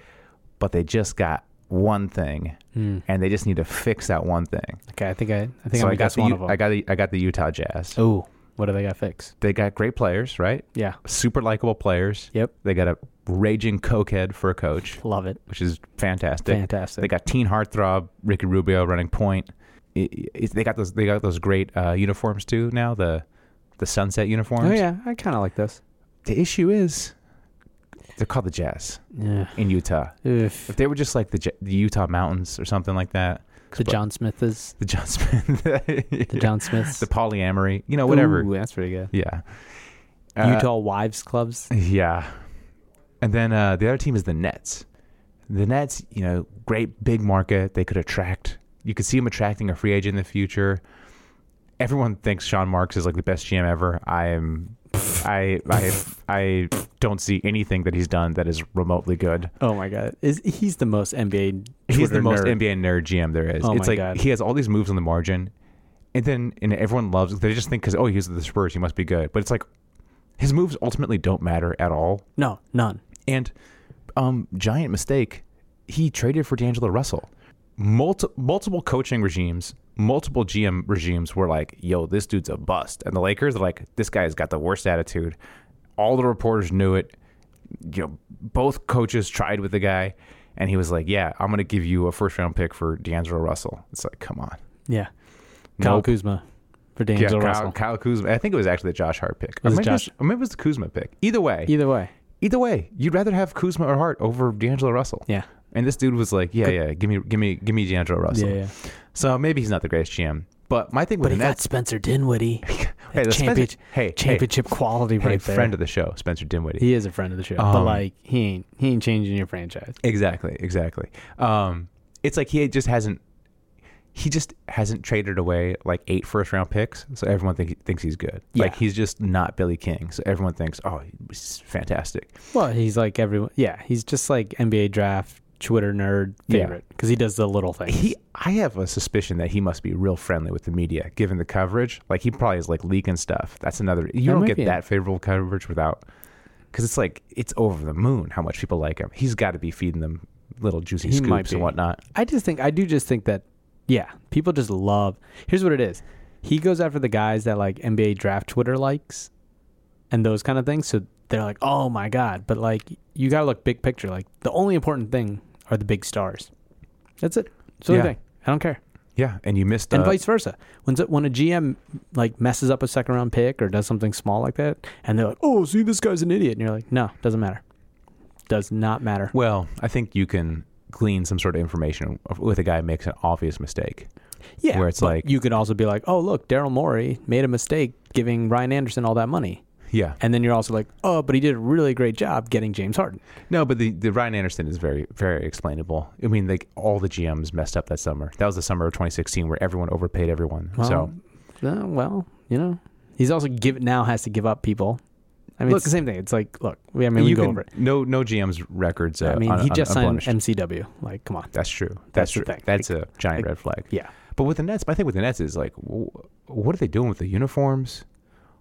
S7: but they just got one thing, and they just need to fix that one thing.
S8: Okay, Hmm. I think I I think
S7: so
S8: I,
S7: I got
S8: got
S7: the
S8: one
S7: U-
S8: of Oh. them.
S7: I got the, I got the Utah Jazz.
S8: Ooh, what do they got fixed?
S7: They got great players, right?
S8: Yeah.
S7: Super likable players.
S8: Yep.
S7: They got a raging cokehead for a coach
S8: Love it.
S7: which is fantastic.
S8: Fantastic.
S7: They got teen heartthrob Ricky Rubio running point. I- I- they got those. They got those great uh, uniforms too. Now the the sunset uniforms.
S8: Oh yeah, I kind of like this.
S7: The issue is they're called the Jazz
S8: Yeah.
S7: in Utah.
S8: If
S7: If they were just like the, J- the Utah mountains or something like that,
S8: the John Smith is
S7: the John Smith,
S8: the John Smiths.
S7: the polyamory, you know, whatever.
S8: Ooh, that's pretty good.
S7: Yeah. Uh,
S8: Utah wives clubs.
S7: Yeah. And then uh, the other team is the Nets. The Nets, you know, great big market. They could attract, you could see them attracting a free agent in the future. Everyone thinks Sean Marks is like the best GM ever. I am, I, I, I don't see anything that he's done that is remotely good.
S8: Oh my god, is he's the most NBA?
S7: he's the
S8: Twitter
S7: most
S8: nerd.
S7: NBA nerd GM there is.
S8: Oh
S7: it's
S8: my
S7: like
S8: God.
S7: he has all these moves on the margin, and then and everyone loves. They just think because oh he's with the Spurs, he must be good. But it's like his moves ultimately don't matter at all.
S8: No, none.
S7: And um, giant mistake, he traded for D'Angelo Russell. Multi- multiple coaching regimes, multiple GM regimes were like, yo, this dude's a bust. And the Lakers are like, this guy's got the worst attitude. All the reporters knew it. You know, both coaches tried with the guy, and he was like, yeah, I'm going to give you a first round pick for D'Angelo Russell. It's like, come on.
S8: Yeah. Kyle
S7: Nope.
S8: Kuzma for
S7: Yeah, Kyle,
S8: D'Angelo Russell.
S7: Kyle Kuzma. I think it was actually the Josh Hart pick. Or
S8: Was it
S7: maybe, it was,
S8: Josh?
S7: or maybe it was the Kuzma pick. Either way,
S8: Either way,
S7: either way, you'd rather have Kuzma or Hart over D'Angelo Russell.
S8: yeah,
S7: And this dude was like, yeah, yeah, give me, give me, give me D'Angelo Russell.
S8: yeah, yeah.
S7: So maybe he's not the greatest GM. But my thing with
S8: But
S7: the
S8: he got
S7: Nets,
S8: Spencer Dinwiddie.
S7: hey, the Spencer-
S8: championship,
S7: hey,
S8: championship quality
S7: hey, hey,
S8: right there.
S7: friend of the show, Spencer Dinwiddie.
S8: he is a friend of the show, but
S7: Um,
S8: like he ain't he ain't changing your franchise.
S7: exactly, exactly. Um, it's like he just hasn't, he just hasn't traded away like eight first round picks, so everyone think, thinks he's good.
S8: Yeah.
S7: Like he's just not Billy King, so everyone thinks, oh, he's fantastic.
S8: Well, he's like everyone. Yeah, he's just like NBA draft Twitter nerd
S7: Yeah.
S8: favorite because he does the little things.
S7: He, I have a suspicion that he must be real friendly with the media, given the coverage. Like he probably is like leaking stuff. That's another. You
S8: That
S7: don't
S8: might
S7: get
S8: be it.
S7: that favorable coverage without, because it's like it's over the moon how much people like him. He's got to be feeding them little juicy
S8: He might
S7: scoops and
S8: be.
S7: whatnot.
S8: I just think I do just think that yeah, people just love. Here's what it is. He goes after the guys that like NBA draft Twitter likes and those kind of things. So they're like, "Oh my god." But like you got to look big picture. Like the only important thing are the big stars. That's it. That's the only
S7: Yeah.
S8: thing. I don't care.
S7: Yeah, and you missed.
S8: And
S7: uh,
S8: vice versa. When when a GM like messes up a second round pick or does something small like that and they're like, "Oh, see this guy's an idiot." And you're like, "No, doesn't matter." Does not matter.
S7: well, I think you can glean some sort of information with a guy who makes an obvious mistake.
S8: Yeah,
S7: where it's
S8: but
S7: like-
S8: you could also be like, oh look, Daryl Morey made a mistake giving Ryan Anderson all that money.
S7: Yeah.
S8: And then you're also like, oh, but he did a really great job getting James Harden.
S7: No, but the, the Ryan Anderson is very, very explainable. I mean, like all the GMs messed up that summer. That was the summer of 2016 where everyone overpaid everyone. so
S8: Uh, well, you know, he's also give now has to give up people. I mean,
S7: Look-
S8: it's the same thing. It's like, look, we, I mean, we
S7: you
S8: go
S7: can-
S8: over it.
S7: no no GM's records. Uh,
S8: I mean,
S7: un-
S8: he
S7: un-
S8: just signed
S7: unblemished.
S8: MCW. Like, come on.
S7: That's true. That's,
S8: That's the
S7: true.
S8: thing.
S7: That's a giant
S8: Like-
S7: red flag.
S8: Yeah.
S7: But with the Nets, my thing with the Nets is like, w- what are they doing with the uniforms?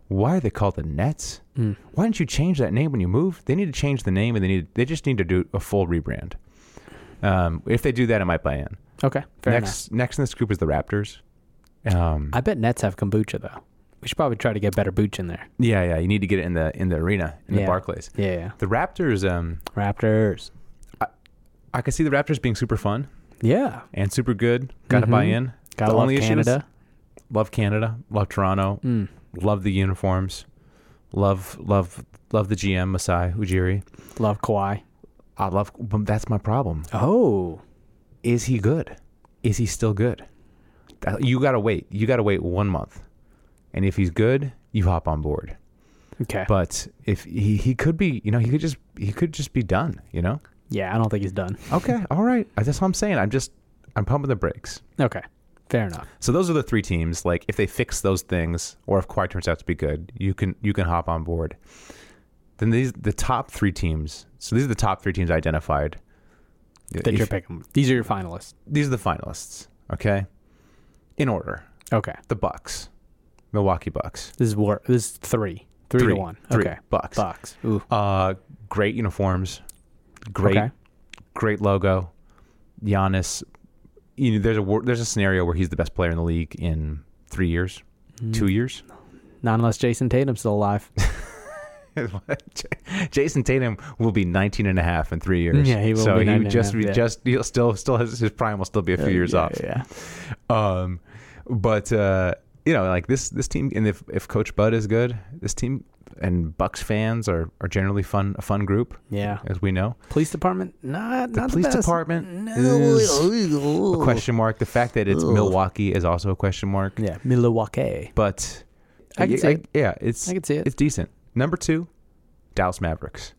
S7: Why are they called the Nets?
S8: Mm.
S7: Why didn't you change that name when you moved? They need to change the name, and they need they just need to do a full rebrand. Um, if they do that, I might buy in.
S8: Okay. Fair enough.
S7: next, next in this group is the Raptors. Um,
S8: I bet Nets have kombucha though. We should probably try to get better booch in there.
S7: yeah, yeah, you need to get it in the in the arena in the
S8: Yeah.
S7: Barclays.
S8: Yeah, yeah.
S7: The Raptors, um,
S8: Raptors.
S7: I could see the Raptors being super fun
S8: Yeah.
S7: and super good. Got to buy
S8: Mhm.
S7: in.
S8: Gotta
S7: the
S8: love
S7: only issue is-
S8: Canada.
S7: love Canada, love Toronto, love the uniforms, love love love the GM Masai Ujiri.
S8: Love Kawhi.
S7: I love, but that's my problem.
S8: Oh.
S7: Is he good? Is he still good? That- You gotta wait. You gotta wait one month, and if he's good, you hop on board.
S8: Okay.
S7: But if he, he could be, you know, he could just he could just be done. You know.
S8: yeah, I don't think he's done.
S7: Okay. All right. That's what I'm saying. I'm just I'm pumping the brakes.
S8: Okay. Fair enough.
S7: So those are the three teams. Like if they fix those things, or if Kawhi turns out to be good, you can you can hop on board. Then these the top three teams. So these are the top three teams I identified.
S8: That
S7: If-
S8: you're picking. These are your finalists.
S7: These are the finalists. Okay, in order:
S8: Okay.
S7: the Bucks, Milwaukee Bucks,
S8: This is war this is three. Three,
S7: Three.
S8: to one.
S7: Three.
S8: Okay.
S7: Bucks.
S8: Bucks. Ooh.
S7: uh, great uniforms, great
S8: Okay.
S7: great logo. Giannis, you know, there's a wor- there's a scenario where he's the best player in the league in three years,
S8: Hmm.
S7: two years.
S8: Not unless Jason Tatum's still alive.
S7: Jason Tatum will be 19 and a half in three years.
S8: Yeah, he will
S7: So
S8: be
S7: he
S8: 19
S7: would
S8: and a
S7: just
S8: half,
S7: be
S8: yeah.
S7: just he'll still still has his prime will still be a few years
S8: Uh, yeah,
S7: off.
S8: Yeah.
S7: Um, but uh, you know, like this this team, and if if Coach Bud is good, this team and Bucks fans are are generally fun a fun group.
S8: Yeah.
S7: as we know,
S8: Police department? Not
S7: the
S8: not
S7: police
S8: the best.
S7: department is a
S8: No.
S7: question mark. The fact that it's Milwaukee is also a question mark.
S8: Yeah. Milwaukee.
S7: But
S8: I can see it.
S7: yeah, it's
S8: I can see it.
S7: It's decent. Number two, Dallas Mavericks.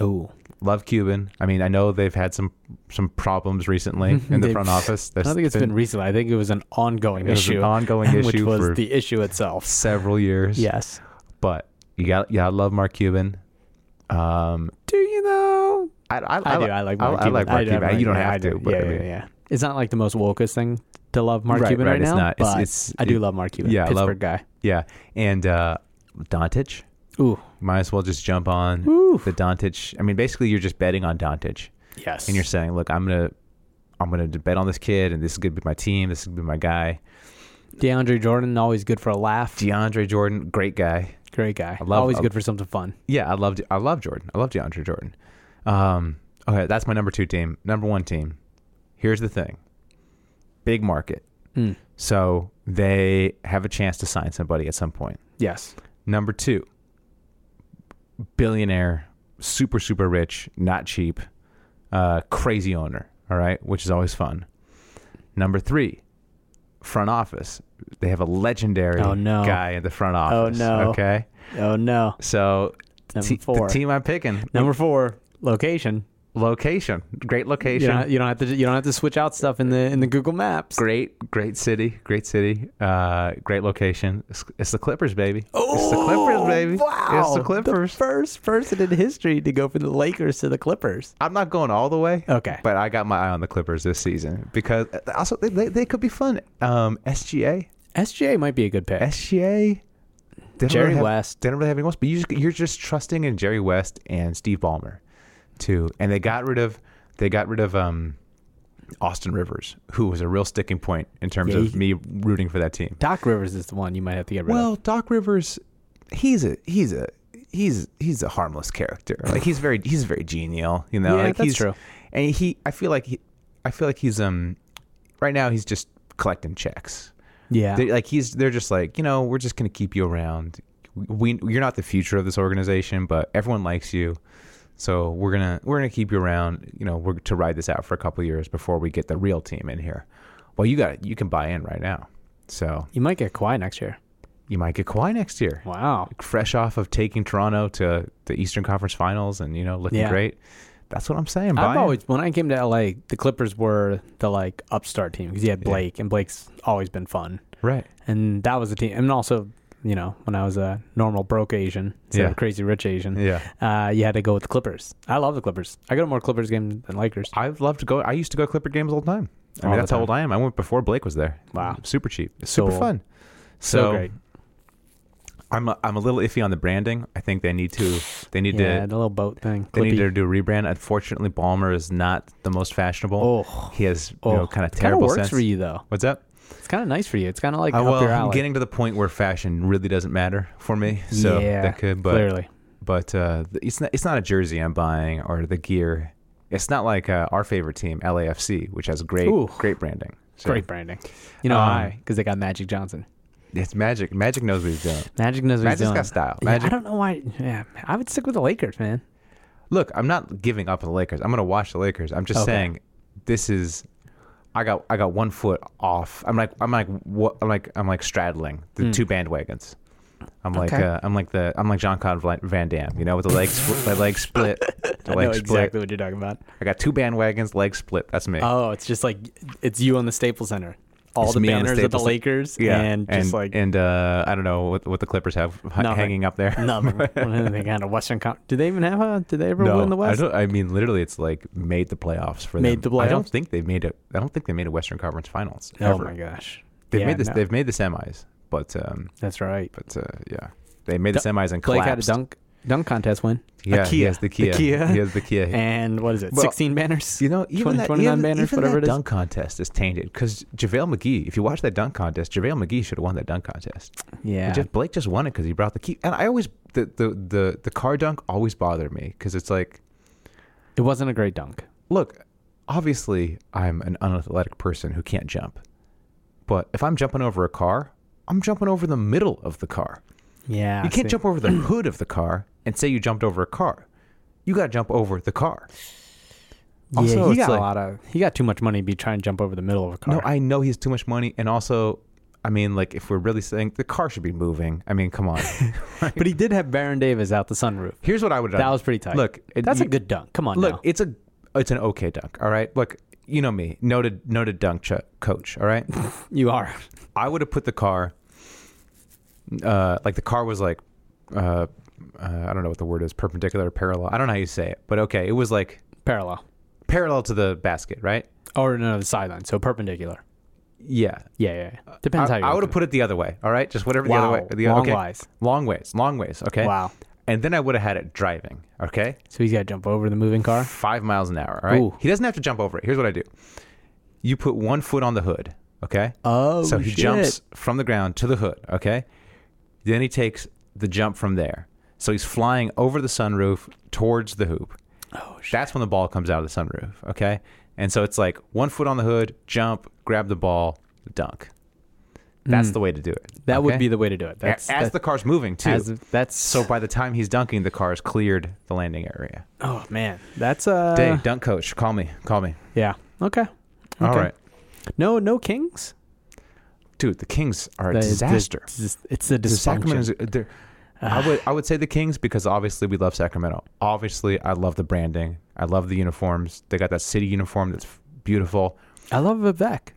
S8: Oh.
S7: love Cuban. I mean, I know they've had some some problems recently in the
S8: They've-
S7: front office.
S8: I don't think it's been recently. I think it was an ongoing
S7: It was an
S8: issue.
S7: ongoing
S8: Which
S7: issue
S8: was
S7: for-
S8: the issue itself.
S7: several years.
S8: Yes.
S7: but you got you got to love Mark Cuban. Um,
S8: Do you though?
S7: I, I,
S8: I, do. I like Mark
S7: I,
S8: Cuban.
S7: like Mark
S8: do,
S7: Cuban.
S8: like-
S7: you don't
S8: yeah, I
S7: have
S8: do.
S7: to. But
S8: yeah,
S7: I mean,
S8: yeah, yeah. It's not like the most wokest thing to love Mark
S7: Right,
S8: Cuban
S7: right,
S8: right,
S7: it's
S8: now.
S7: not. It's-
S8: but
S7: it's-
S8: I do
S7: it-
S8: love Mark Cuban.
S7: yeah, I love-
S8: Pittsburgh guy.
S7: yeah. And uh, Dontich,
S8: Ooh.
S7: might as well just jump on
S8: Oof.
S7: the Dontich. I mean, basically, you're just betting on Dontich,
S8: Yes.
S7: and you're saying, look, I'm gonna. I'm gonna bet on this kid, and this is gonna be my team. This is gonna be my guy,
S8: DeAndre Jordan, always good for a laugh.
S7: DeAndre Jordan. Great guy.
S8: Great guy.
S7: I love-
S8: always
S7: I-
S8: good for something fun.
S7: Yeah, I loved I love Jordan. I love DeAndre Jordan. Um, okay, that's my number two team. Number one team. Here's the thing. Big market.
S8: Mm.
S7: So they have a chance to sign somebody at some point.
S8: Yes.
S7: Number two. Billionaire, super, super rich, not cheap, uh, crazy owner, all right, which is always fun. Number three, front office. They have a legendary
S8: Oh, no.
S7: guy at the front office.
S8: no.
S7: Okay.
S8: Oh no.
S7: So
S8: Number
S7: te-
S8: four.
S7: the team I'm picking.
S8: Number four. Location.
S7: location, great
S8: You
S7: location,
S8: don't, you don't have to. You don't have to switch out stuff in the in the Google Maps.
S7: great, great city, great city, uh, great location. It's, it's the Clippers, baby. it's the Clippers, baby.
S8: Oh, Wow.
S7: It's the Clippers.
S8: first person in history to go from the Lakers to the Clippers.
S7: I'm not going all the way.
S8: Okay.
S7: But I got my eye on the Clippers this season because uh, also they, they, they could be fun. Um, SGA,
S8: SGA might be a good pick.
S7: SGA, they don't
S8: Jerry
S7: really have-
S8: West.
S7: They don't really have anyone else, but you just, you're just trusting in Jerry West and Steve Ballmer, too. And they got rid of they got rid of um, Austin Rivers, who was a real sticking point in terms
S8: Yeah,
S7: of me
S8: he-
S7: rooting for that team.
S8: Doc Rivers is the one you might have to get rid
S7: Well,
S8: of.
S7: Doc Rivers, he's a he's a he's he's a harmless character. Like he's very he's very genial, you know.
S8: Yeah,
S7: like
S8: that's
S7: he's,
S8: true.
S7: And he, I feel like he, I feel like he's um, right now he's just collecting checks.
S8: Yeah.
S7: They, like he's they're just like you know we're just gonna keep you around. We you're not the future of this organization, but everyone likes you. So we're gonna we're gonna keep you around. You know we're to ride this out for a couple of years before we get the real team in here. Well, you got you can buy in right now. So
S8: you might get Kawhi next year.
S7: you might get Kawhi next year.
S8: Wow.
S7: Fresh off of taking Toronto to the Eastern Conference Finals and you know looking
S8: Yeah.
S7: great. That's what I'm saying.
S8: I've
S7: Brian.
S8: always when I came to LA, the Clippers were the like upstart team because you had Blake, and Blake's always been fun,
S7: right.
S8: and that was the team. And also, you know, when I was a normal broke Asian instead
S7: Yeah.
S8: of crazy rich Asian,
S7: Yeah.
S8: uh, you had to go with the Clippers. I love the Clippers. I go to more Clippers games than Lakers.
S7: I've loved to go. I used to go to Clipper games all the time. I
S8: All
S7: mean,
S8: the
S7: that's how
S8: time.
S7: old I am. I went before Blake was there.
S8: Wow.
S7: super cheap,
S8: So
S7: super
S8: old.
S7: fun. So,
S8: So, great.
S7: I'm a, I'm a little iffy on the branding. I think they need to they need
S8: Yeah,
S7: to
S8: the little boat thing.
S7: they need
S8: Clippy.
S7: to do a rebrand. Unfortunately, Ballmer is not the most fashionable.
S8: Oh.
S7: he has you
S8: Oh.
S7: know, kind of
S8: It kinda
S7: terrible
S8: works
S7: sense.
S8: for you though.
S7: What's up?
S8: It's kind of nice for you. It's kind of like
S7: Uh,
S8: up
S7: well,
S8: your
S7: I'm
S8: alley.
S7: getting to the point where fashion really doesn't matter for me. So
S8: yeah,
S7: that could, but
S8: clearly.
S7: but uh, th- it's not it's not a jersey I'm buying or the gear. It's not like uh, our favorite team LAFC, which has great
S8: Ooh.
S7: great branding. So
S8: Great branding. You know
S7: Um,
S8: why? Because they got Magic Johnson.
S7: It's Magic. Magic knows what he's doing.
S8: Magic knows what
S7: Magic's
S8: he's doing.
S7: got style.
S8: Yeah, I
S7: Magic-
S8: don't know why. Yeah, I would stick with the Lakers, man.
S7: Look, I'm not giving up on the Lakers. I'm going to watch the Lakers. I'm just
S8: Okay.
S7: saying, this is. I got I got one foot off. I'm like I'm like what I'm like I'm like straddling the two bandwagons. I'm like
S8: Hmm. Okay.
S7: uh, I'm like the I'm like John Claude Van Damme, you know, with the legs the leg split, the
S8: I know
S7: leg split.
S8: exactly what you're talking about.
S7: I got two bandwagons, leg split. That's me.
S8: Oh, it's just like it's you on the Staples Center. All
S7: It's
S8: the
S7: me on
S8: banners of the
S7: Staples-
S8: Lakers,
S7: Yeah,
S8: and just
S7: and,
S8: like
S7: and uh, I don't know what, what the Clippers have h-
S8: Nothing.
S7: hanging up there.
S8: nothing. they kind of Western. Con- do they even have a? Did they ever win the West?
S7: I, don't, I mean, literally, it's like made the playoffs for
S8: Made
S7: them.
S8: the
S7: I don't
S8: playoffs?
S7: think they've made it. I don't think they made a Western Conference Finals.
S8: oh
S7: ever.
S8: my gosh,
S7: They've
S8: Yeah,
S7: made this.
S8: no.
S7: They've made the semis, but um,
S8: That's right.
S7: but uh, yeah, they made the
S8: Du-
S7: semis and
S8: Blake had a
S7: collapsed.
S8: dunk dunk contest win. A
S7: Yeah, he
S8: Kia.
S7: has the Kia.
S8: Kia.
S7: He has the Kia.
S8: And what is it?
S7: Well,
S8: Sixteen banners.
S7: you know, even
S8: 20
S7: that,
S8: 29
S7: even,
S8: banners,
S7: even
S8: whatever
S7: that
S8: it is.
S7: dunk contest is tainted because JaVale McGee. If you watch that dunk contest, JaVale McGee should have won that dunk contest.
S8: Yeah.
S7: It just Blake just won it because he brought the key. And I always the the the, the car dunk always bothered me because it's like,
S8: It wasn't a great dunk.
S7: look, obviously I'm an unathletic person who can't jump, but if I'm jumping over a car, I'm jumping over the middle of the car.
S8: Yeah.
S7: You can't jump over the hood of the car and say you jumped over a car. You got to jump over the car. Also,
S8: yeah, he
S7: it's
S8: got
S7: like-
S8: a lot of. He got too much money to be trying to jump over the middle of a car.
S7: No, I know he's too much money, and also, I mean, like if we're really saying the car should be moving, I mean, come on.
S8: but he did have Baron Davis out the sunroof.
S7: Here's what I would. have
S8: That
S7: done.
S8: was pretty tight.
S7: Look, it-
S8: that's a
S7: you-
S8: good dunk. Come on,
S7: Look,
S8: now.
S7: it's a it's an okay dunk. All right. Look, you know me, noted noted dunk ch- coach. All right.
S8: you are.
S7: I would have put the car, uh, like the car was like, uh, uh, I don't know what the word is, perpendicular, or parallel. I don't know how you say it, but okay, it was like
S8: parallel
S7: parallel to the basket, right?
S8: or no the sideline so perpendicular
S7: Yeah.
S8: yeah yeah, yeah. depends
S7: Uh, I,
S8: how you
S7: I
S8: look
S7: would have
S8: at
S7: put it the other way. All right, just whatever
S8: Wow,
S7: the other way. The,
S8: long
S7: okay.
S8: ways.
S7: Long ways. Long ways. Okay.
S8: Wow.
S7: And then I would have had it driving. Okay.
S8: it. so he's got to jump over the moving car
S7: five miles an hour. All right.
S8: Ooh.
S7: He doesn't have to jump over it. Here's what I do. You put one foot on the hood. Okay.
S8: Oh,
S7: So he
S8: shit.
S7: jumps from the ground to the hood. Okay. Then he takes the jump from there. So he's flying over the sunroof towards the hoop. Oh shit. That's when the ball comes out of the sunroof. Okay. And so it's like one foot on the hood, jump, grab the ball, dunk. That's the way to do it.
S8: that would
S7: okay?
S8: be the way to do it
S7: as
S8: Hmm. that's that-
S7: the car's moving too.
S8: as- that's
S7: so by the time he's dunking, the car's cleared the landing area.
S8: oh man that's uh
S7: Dang, dunk coach, call me, call me.
S8: yeah okay
S7: All
S8: Okay.
S7: right,
S8: no no kings
S7: dude, the Kings are a
S8: The- the-
S7: disaster.
S8: it's- it's a
S7: The Sacramento's
S8: dysfunction
S7: they're- I would I would say the Kings because obviously we love Sacramento. Obviously, I love the branding. I love the uniforms. They got that city uniform that's beautiful.
S8: i love vivek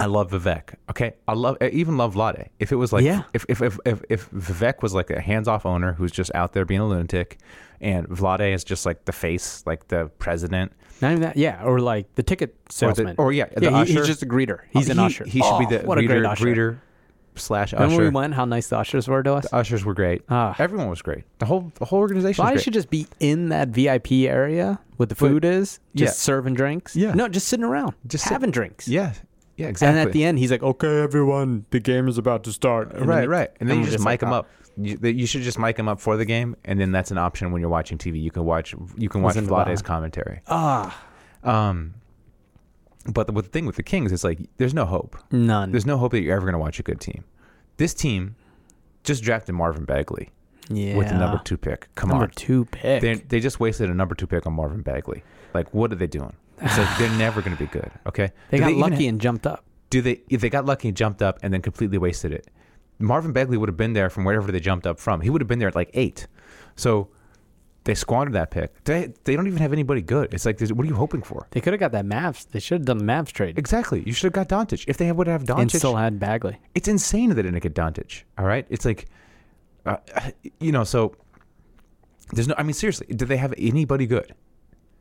S7: I love Vivek. Okay, I love I even love Vlade. If it was like
S8: Yeah.
S7: if, if if if if Vivek was like a hands-off owner who's just out there being a lunatic, and Vlade is just like the face, like the president,
S8: not even that yeah or like the ticket
S7: or, the,
S8: salesman
S7: or yeah, the
S8: he-
S7: usher.
S8: he's just a greeter he's an
S7: He-
S8: usher
S7: He should be the
S8: Oh, what a
S7: greeter,
S8: great usher
S7: greeter slash
S8: remember
S7: usher.
S8: we went how nice the ushers were to us
S7: The ushers were great.
S8: Ah.
S7: Everyone was great. The whole the whole organization.
S8: Why
S7: was great.
S8: should just be in that VIP area where the food is,
S7: yeah.
S8: just serving drinks?
S7: Yeah.
S8: No, just sitting around,
S7: Just
S8: just
S7: sit-
S8: having drinks.
S7: yeah, yeah, exactly.
S8: And at the end, he's like, "Okay, everyone, the game is about to start." And then
S7: right,
S8: he-
S7: right, and then you
S8: we're
S7: just mic
S8: like,
S7: them
S8: "Oh,
S7: up. You, they- you should just mic them up for the game, and then that's an option when you're watching TV. You can watch you can watch
S8: Listen to
S7: Vlade's
S8: Vlade.
S7: commentary. Ah, um, but the, but the thing with the Kings is like there's no hope.
S8: None.
S7: There's no hope that you're ever going to watch a good team. This team just drafted Marvin Bagley
S8: yeah.
S7: with the number two pick. Come
S8: number
S7: on,
S8: two pick.
S7: they they just wasted a number two pick on Marvin Bagley. Like, what are they doing? It's like they're never going to be good. Okay,
S8: They
S7: Do
S8: got
S7: even
S8: lucky
S7: ha-
S8: and jumped up.
S7: do they? They got lucky, jumped up, and then completely wasted it. Marvin Bagley would have been there from wherever they jumped up from. He would have been there at like eight. So they squandered that pick. They, they don't even have anybody good. It's like, there's- what are you hoping for?
S8: They could have got that Mavs. They should have done the Mavs trade
S7: Exactly. You should have got Doncic. If they would have Doncic,
S8: and still had Bagley.
S7: it's insane that they didn't get Doncic. All right, it's like, uh, you know, so there's no. I mean, seriously, did they have anybody good?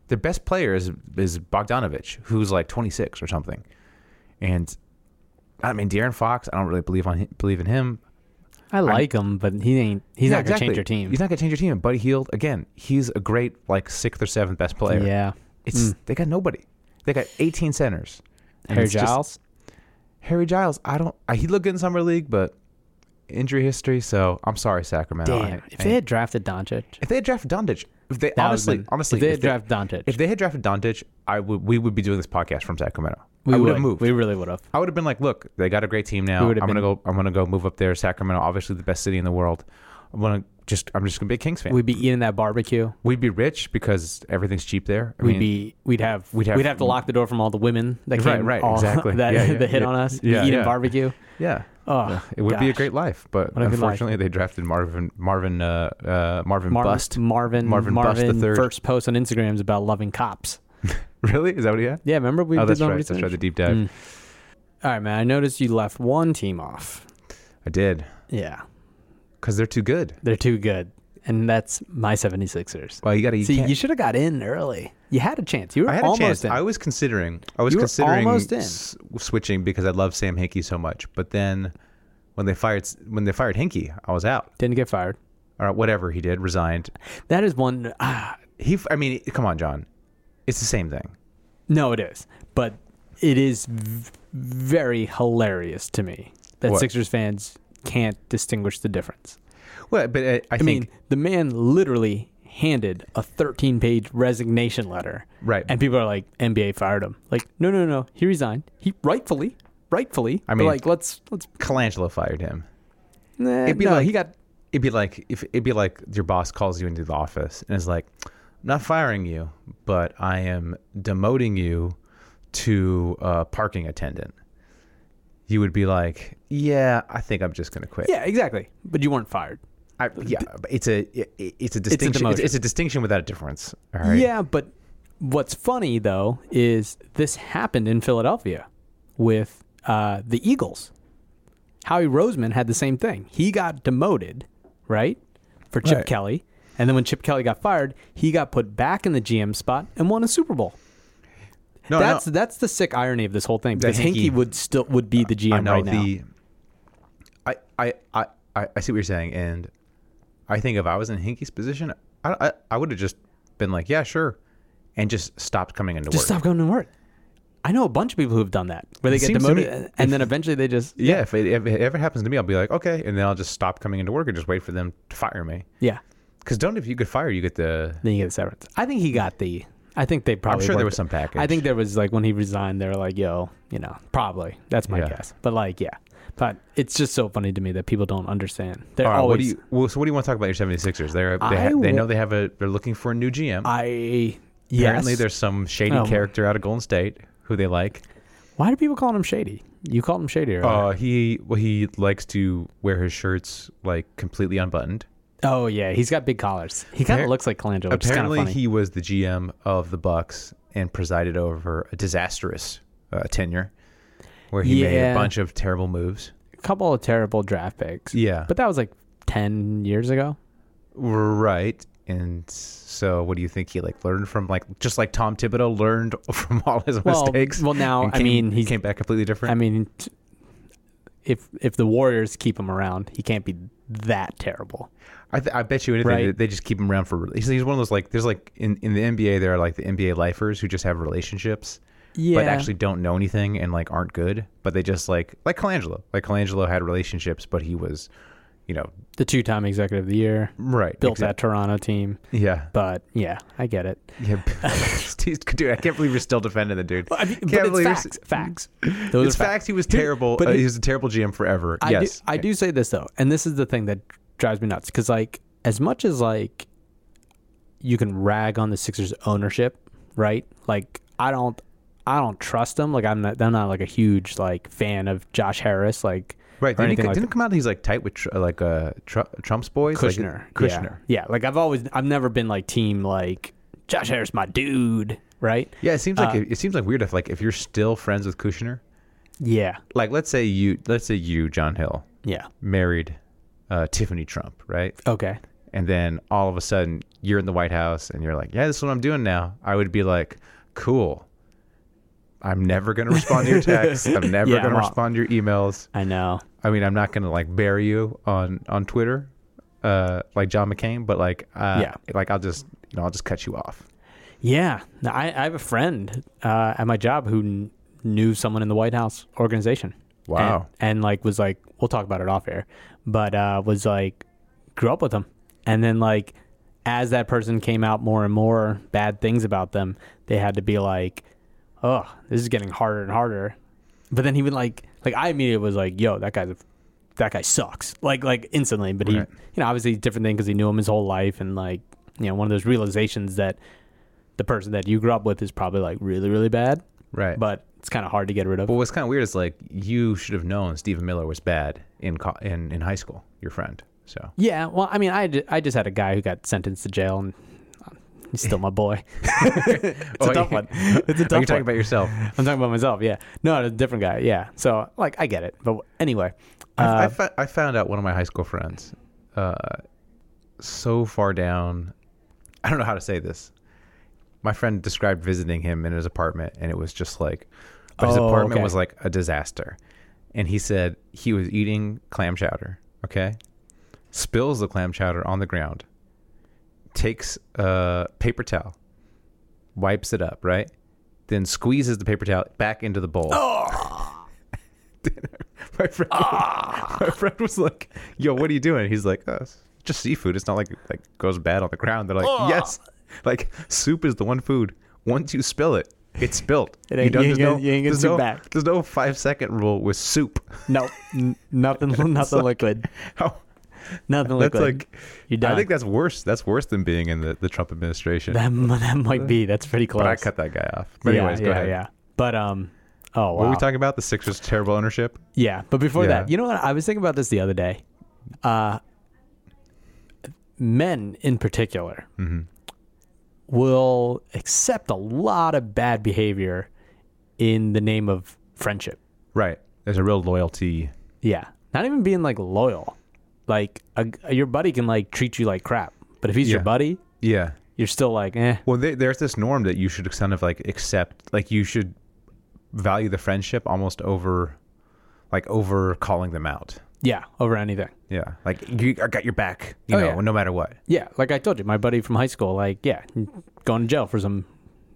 S7: Their best player is is Bogdanovich, who's like 26 or something, and I mean, De'Aaron Fox. I don't really believe on him, believe in him.
S8: I like him, but he ain't. He's
S7: Yeah,
S8: not gonna
S7: exactly.
S8: change your team.
S7: He's not gonna change your team. And Buddy Healed again. He's a great like sixth or seventh best player.
S8: yeah.
S7: it's they got nobody. They got 18 centers. And
S8: Mm. Harry
S7: it's just-
S8: Giles.
S7: Harry Giles, I don't. I, he looked good in summer league, but injury history. So I'm sorry, Sacramento.
S8: Damn.
S7: I-
S8: if
S7: I-
S8: they had drafted Doncic,
S7: if they had drafted Doncic, if they
S8: That
S7: honestly,
S8: would've been-
S7: honestly,
S8: if they had drafted Doncic.
S7: if they had drafted Doncic, I would. We would be doing this podcast from Sacramento.
S8: we
S7: I would
S8: would
S7: have moved.
S8: We really would have.
S7: I would have been like, look, they got a great team now.
S8: We
S7: I'm
S8: would've
S7: gonna
S8: been-
S7: go. I'm gonna go move up there. Sacramento, obviously the best city in the world. I'm gonna just. I'm just gonna be a Kings fan.
S8: We'd be eating that barbecue.
S7: We'd be rich because everything's cheap there. I
S8: We'd
S7: mean,
S8: be. We'd have.
S7: We'd
S8: We'd
S7: have-
S8: have, to lock the door from all the women that
S7: Right,
S8: came.
S7: right,
S8: all-
S7: exactly.
S8: That,
S7: Yeah, yeah,
S8: that hit
S7: yeah.
S8: on us.
S7: Yeah,
S8: eating
S7: yeah.
S8: barbecue.
S7: Yeah.
S8: Oh,
S7: Yeah. Uh, it would be a
S8: gosh.
S7: great life, but
S8: What a good life.
S7: unfortunately, they drafted Marvin Marvin uh, uh, Marvin
S8: Marvin,
S7: Bust.
S8: Marvin.
S7: Marvin
S8: Marvin.
S7: Bust the
S8: Marvin
S7: third.
S8: first post on Instagram is about loving cops.
S7: Really? Is that what he had?
S8: Yeah, remember we
S7: oh,
S8: did
S7: that's
S8: some
S7: right.
S8: research.
S7: That's right. The deep dive.
S8: Mm. All right, man. I noticed you left one team off.
S7: I did
S8: Yeah,
S7: because they're too good.
S8: they're too good, and that's my 76ers.
S7: Well, you got to.
S8: See, you should have got in early. You had a chance. You were
S7: I had a
S8: almost
S7: chance.
S8: in.
S7: I was considering. I was
S8: You were
S7: considering
S8: almost in.
S7: s- switching because I love Sam Hinkie so much. But then, when they fired when they fired Hinkie, I was out
S8: Didn't get fired.
S7: or whatever he did, resigned.
S8: That is one. Ah,
S7: He. f- I mean, come on, John. It's the same thing.
S8: no, it is, but it is v- very hilarious to me that
S7: What?
S8: Sixers fans can't distinguish the difference.
S7: Well, but uh, I, I,
S8: I
S7: think
S8: mean, the man literally handed a 13 page resignation letter.
S7: Right.
S8: And people are like, NBA fired him. Like, no, no, no. He resigned. He rightfully, rightfully.
S7: I
S8: but,
S7: mean-
S8: like, let's, let's,
S7: Colangelo fired him.
S8: nah,
S7: It'd be
S8: no,
S7: like-
S8: he got,
S7: It'd be like if it'd be like your boss calls you into the office and is like, "I'm not firing you, but I am demoting you to a parking attendant." You would be like, "Yeah, I think I'm just gonna quit."
S8: yeah, exactly. But you weren't fired.
S7: I, yeah. but It's a it- it's a distinction. It's
S8: demotion.
S7: a, it's a distinction without a difference. All right.
S8: Yeah, but what's funny though is this happened in Philadelphia with uh, the Eagles. Howie Roseman had the same thing. He got demoted, right, for Chip
S7: Right.
S8: Kelly, and then when Chip Kelly got fired, he got put back in the GM spot and won a Super Bowl.
S7: No,
S8: that's
S7: no,
S8: that's the sick irony of this whole thing
S7: That
S8: because Hinkie
S7: Hinkie-
S8: would still would be the GM
S7: Uh, I know
S8: right now.
S7: the. I, I I I I see what you're saying, and I think if I was in Hinkie's position, I I, I would have just been like, "Yeah, sure," and just stopped coming into
S8: Just
S7: work.
S8: stop going to work. I know a bunch of people who have done that where they
S7: It
S8: get
S7: seems to me-
S8: demoted and- and then eventually they just
S7: Yeah, if it, if it ever happens to me, I'll be like, okay, and then I'll just stop coming into work and just wait for them to fire me.
S8: yeah
S7: Because don't if you get fired, you get the
S8: Then you get a severance. I think he got the. I think they probably.
S7: Hmm. sure there
S8: worked
S7: was
S8: it.
S7: some package.
S8: I think there was like when he resigned, they were like, "Yo, you know, probably." That's my
S7: Yeah.
S8: guess. But like, yeah. But it's just so funny to me that people don't understand. They're
S7: All right, what do
S8: always.
S7: you? Well, so what do you want to talk about your 76ers? They're, they
S8: I
S7: ha- they
S8: wa-
S7: know they have a they're looking for a new GM.
S8: I yes.
S7: Apparently, there's some shady
S8: Um,
S7: character out of Golden State who they like.
S8: Why do people call him shady? You called him shady, right?
S7: Uh, he well he likes to wear his shirts like completely unbuttoned.
S8: oh yeah, he's got big collars. He kind
S7: Appar-
S8: of looks like Colangelo, which is kind of
S7: Apparently,
S8: funny.
S7: he was the GM of the Bucks and presided over a disastrous uh, tenure where he made a
S8: Yeah.
S7: bunch of terrible moves.
S8: a couple of terrible draft picks.
S7: Yeah.
S8: but that was like ten years ago.
S7: Right. And so, what do you think he like learned from? Like, just like Tom Thibodeau learned from all his
S8: Well,
S7: mistakes.
S8: well, now,
S7: and
S8: I
S7: came-
S8: mean, he's-
S7: came back completely different.
S8: I mean, t- if if the Warriors keep him around, he can't be that terrible.
S7: I, th- I bet you anything
S8: Right.
S7: that they just keep him around for. He's, he's one of those like there's like in, in the NBA there are like the NBA lifers who just have relationships,
S8: Yeah,
S7: but actually don't know anything and like aren't good, but they just like like Colangelo. Like Colangelo had relationships, but he was, you know,
S8: the two-time executive of the year
S7: right
S8: built
S7: exact-
S8: that Toronto team.
S7: Yeah,
S8: But yeah, I get it.
S7: yeah. dude, I can't believe you're still defending the dude.
S8: I mean,
S7: Can't
S8: but it's
S7: believe you're s-
S8: facts. Facts. Those
S7: it's
S8: are
S7: facts. He was
S8: Dude,
S7: terrible.
S8: but
S7: uh,
S8: he-
S7: he was a terrible GM forever.
S8: I
S7: yes,
S8: do, I do say this though, and this is the thing that drives me nuts because like as much as like you can rag on the Sixers ownership, right? Like I don't, I don't trust them. Like I'm not, I'm not like a huge like fan of Josh Harris. Like
S7: Right?
S8: or
S7: Didn't, he,
S8: anything like
S7: didn't it come out that he's like tight with tr- like uh, tr- Trump's boys, Like,
S8: Kushner.
S7: Kushner.
S8: Yeah. yeah. Like I've always, I've never been like team like Josh Harris, my dude. Right.
S7: Yeah, it seems
S8: Uh,
S7: like it, it seems like weird if like if you're still friends with Kushner,
S8: Yeah.
S7: like let's say you let's say you John Hill
S8: Yeah.
S7: married uh, Tiffany Trump, right?
S8: Okay.
S7: And then all of a sudden you're in the White House and you're like, yeah, this is what I'm doing now. I would be like, cool. I'm never gonna respond to your texts. I'm never
S8: Yeah,
S7: gonna
S8: I'm out.
S7: respond to your emails.
S8: I know.
S7: I mean, I'm not gonna like bury you on on Twitter, uh, like John McCain, but like, uh,
S8: Yeah.
S7: like I'll just you know I'll just cut you off.
S8: Yeah. No, I, I have a friend uh, at my job who kn- knew someone in the White House organization.
S7: Wow.
S8: And, and like was like, we'll talk about it off air, but uh, was like, grew up with them. And then like, as that person came out more and more bad things about them, they had to be like, oh, this is getting harder and harder. But then he would like, like I immediately was like, yo, that guy's a that guy sucks. Like like instantly, but he
S7: Right.
S8: you know obviously different thing because he knew him his whole life and like you know one of those realizations that the person that you grew up with is probably like really really bad,
S7: Right.
S8: but it's kind of hard to get rid of.
S7: But what's kind of weird is like you should have known Stephen Miller was bad in co- in in high school. Your friend, so
S8: yeah, well I mean I, ju- I just had a guy who got sentenced to jail and um, he's still my boy. it's a
S7: Oh,
S8: tough
S7: yeah.
S8: one. It's a tough
S7: Are you
S8: one.
S7: talking about yourself?
S8: I'm talking about myself. Yeah, no, a different guy. Yeah, so like I get it, but anyway,
S7: I I
S8: uh,
S7: fo- I found out one of my high school friends, uh, so far down, I don't know how to say this. My friend described visiting him in his apartment, and it was just like, but his
S8: Oh,
S7: apartment
S8: okay.
S7: was like a disaster. And he said he was eating clam chowder. Okay, spills the clam chowder on the ground, takes a paper towel, wipes it up, right, then squeezes the paper towel back into the bowl. my friend,
S8: Ah.
S7: my friend was like, "Yo, what are you doing?" He's like, oh, it's "Just seafood. It's not like it, like goes bad on the ground." They're like,
S8: Ah.
S7: "Yes, like soup is the one food. Once you spill it, it's spilt.
S8: It ain't- you ain't
S7: there's
S8: gonna- you ain't gonna
S7: there's
S8: do
S7: no,
S8: back.
S7: There's no five second rule with soup.
S8: no, n- nothing nothing liquid,
S7: How,
S8: nothing
S7: that's
S8: liquid.
S7: like,
S8: You're done.
S7: I think that's worse. That's worse than being in the, the Trump administration.
S8: That m- that might be. That's pretty close.
S7: but I cut that guy off. But anyways,
S8: yeah,
S7: go
S8: yeah,
S7: ahead.
S8: yeah. But um, oh wow.
S7: What were we talking about? The Sixers' terrible ownership.
S8: yeah, but before
S7: Yeah.
S8: that, you know what? I was thinking about this the other day. Uh, men in particular
S7: Mm-hmm.
S8: will accept a lot of bad behavior in the name of friendship.
S7: Right. There's a real loyalty.
S8: Yeah, not even being like loyal. Like a, your buddy can like treat you like crap, but if he's your
S7: Yeah.
S8: buddy,
S7: Yeah.
S8: you're still like, eh,
S7: Well, there, there's this norm that you should kind of like accept, like you should value the friendship almost over, like over calling them out.
S8: yeah, over anything.
S7: Yeah, like you, I got your back, you
S8: Oh,
S7: know,
S8: yeah.
S7: no matter what.
S8: Yeah, like I told you, my buddy from high school, like, yeah, going to jail for some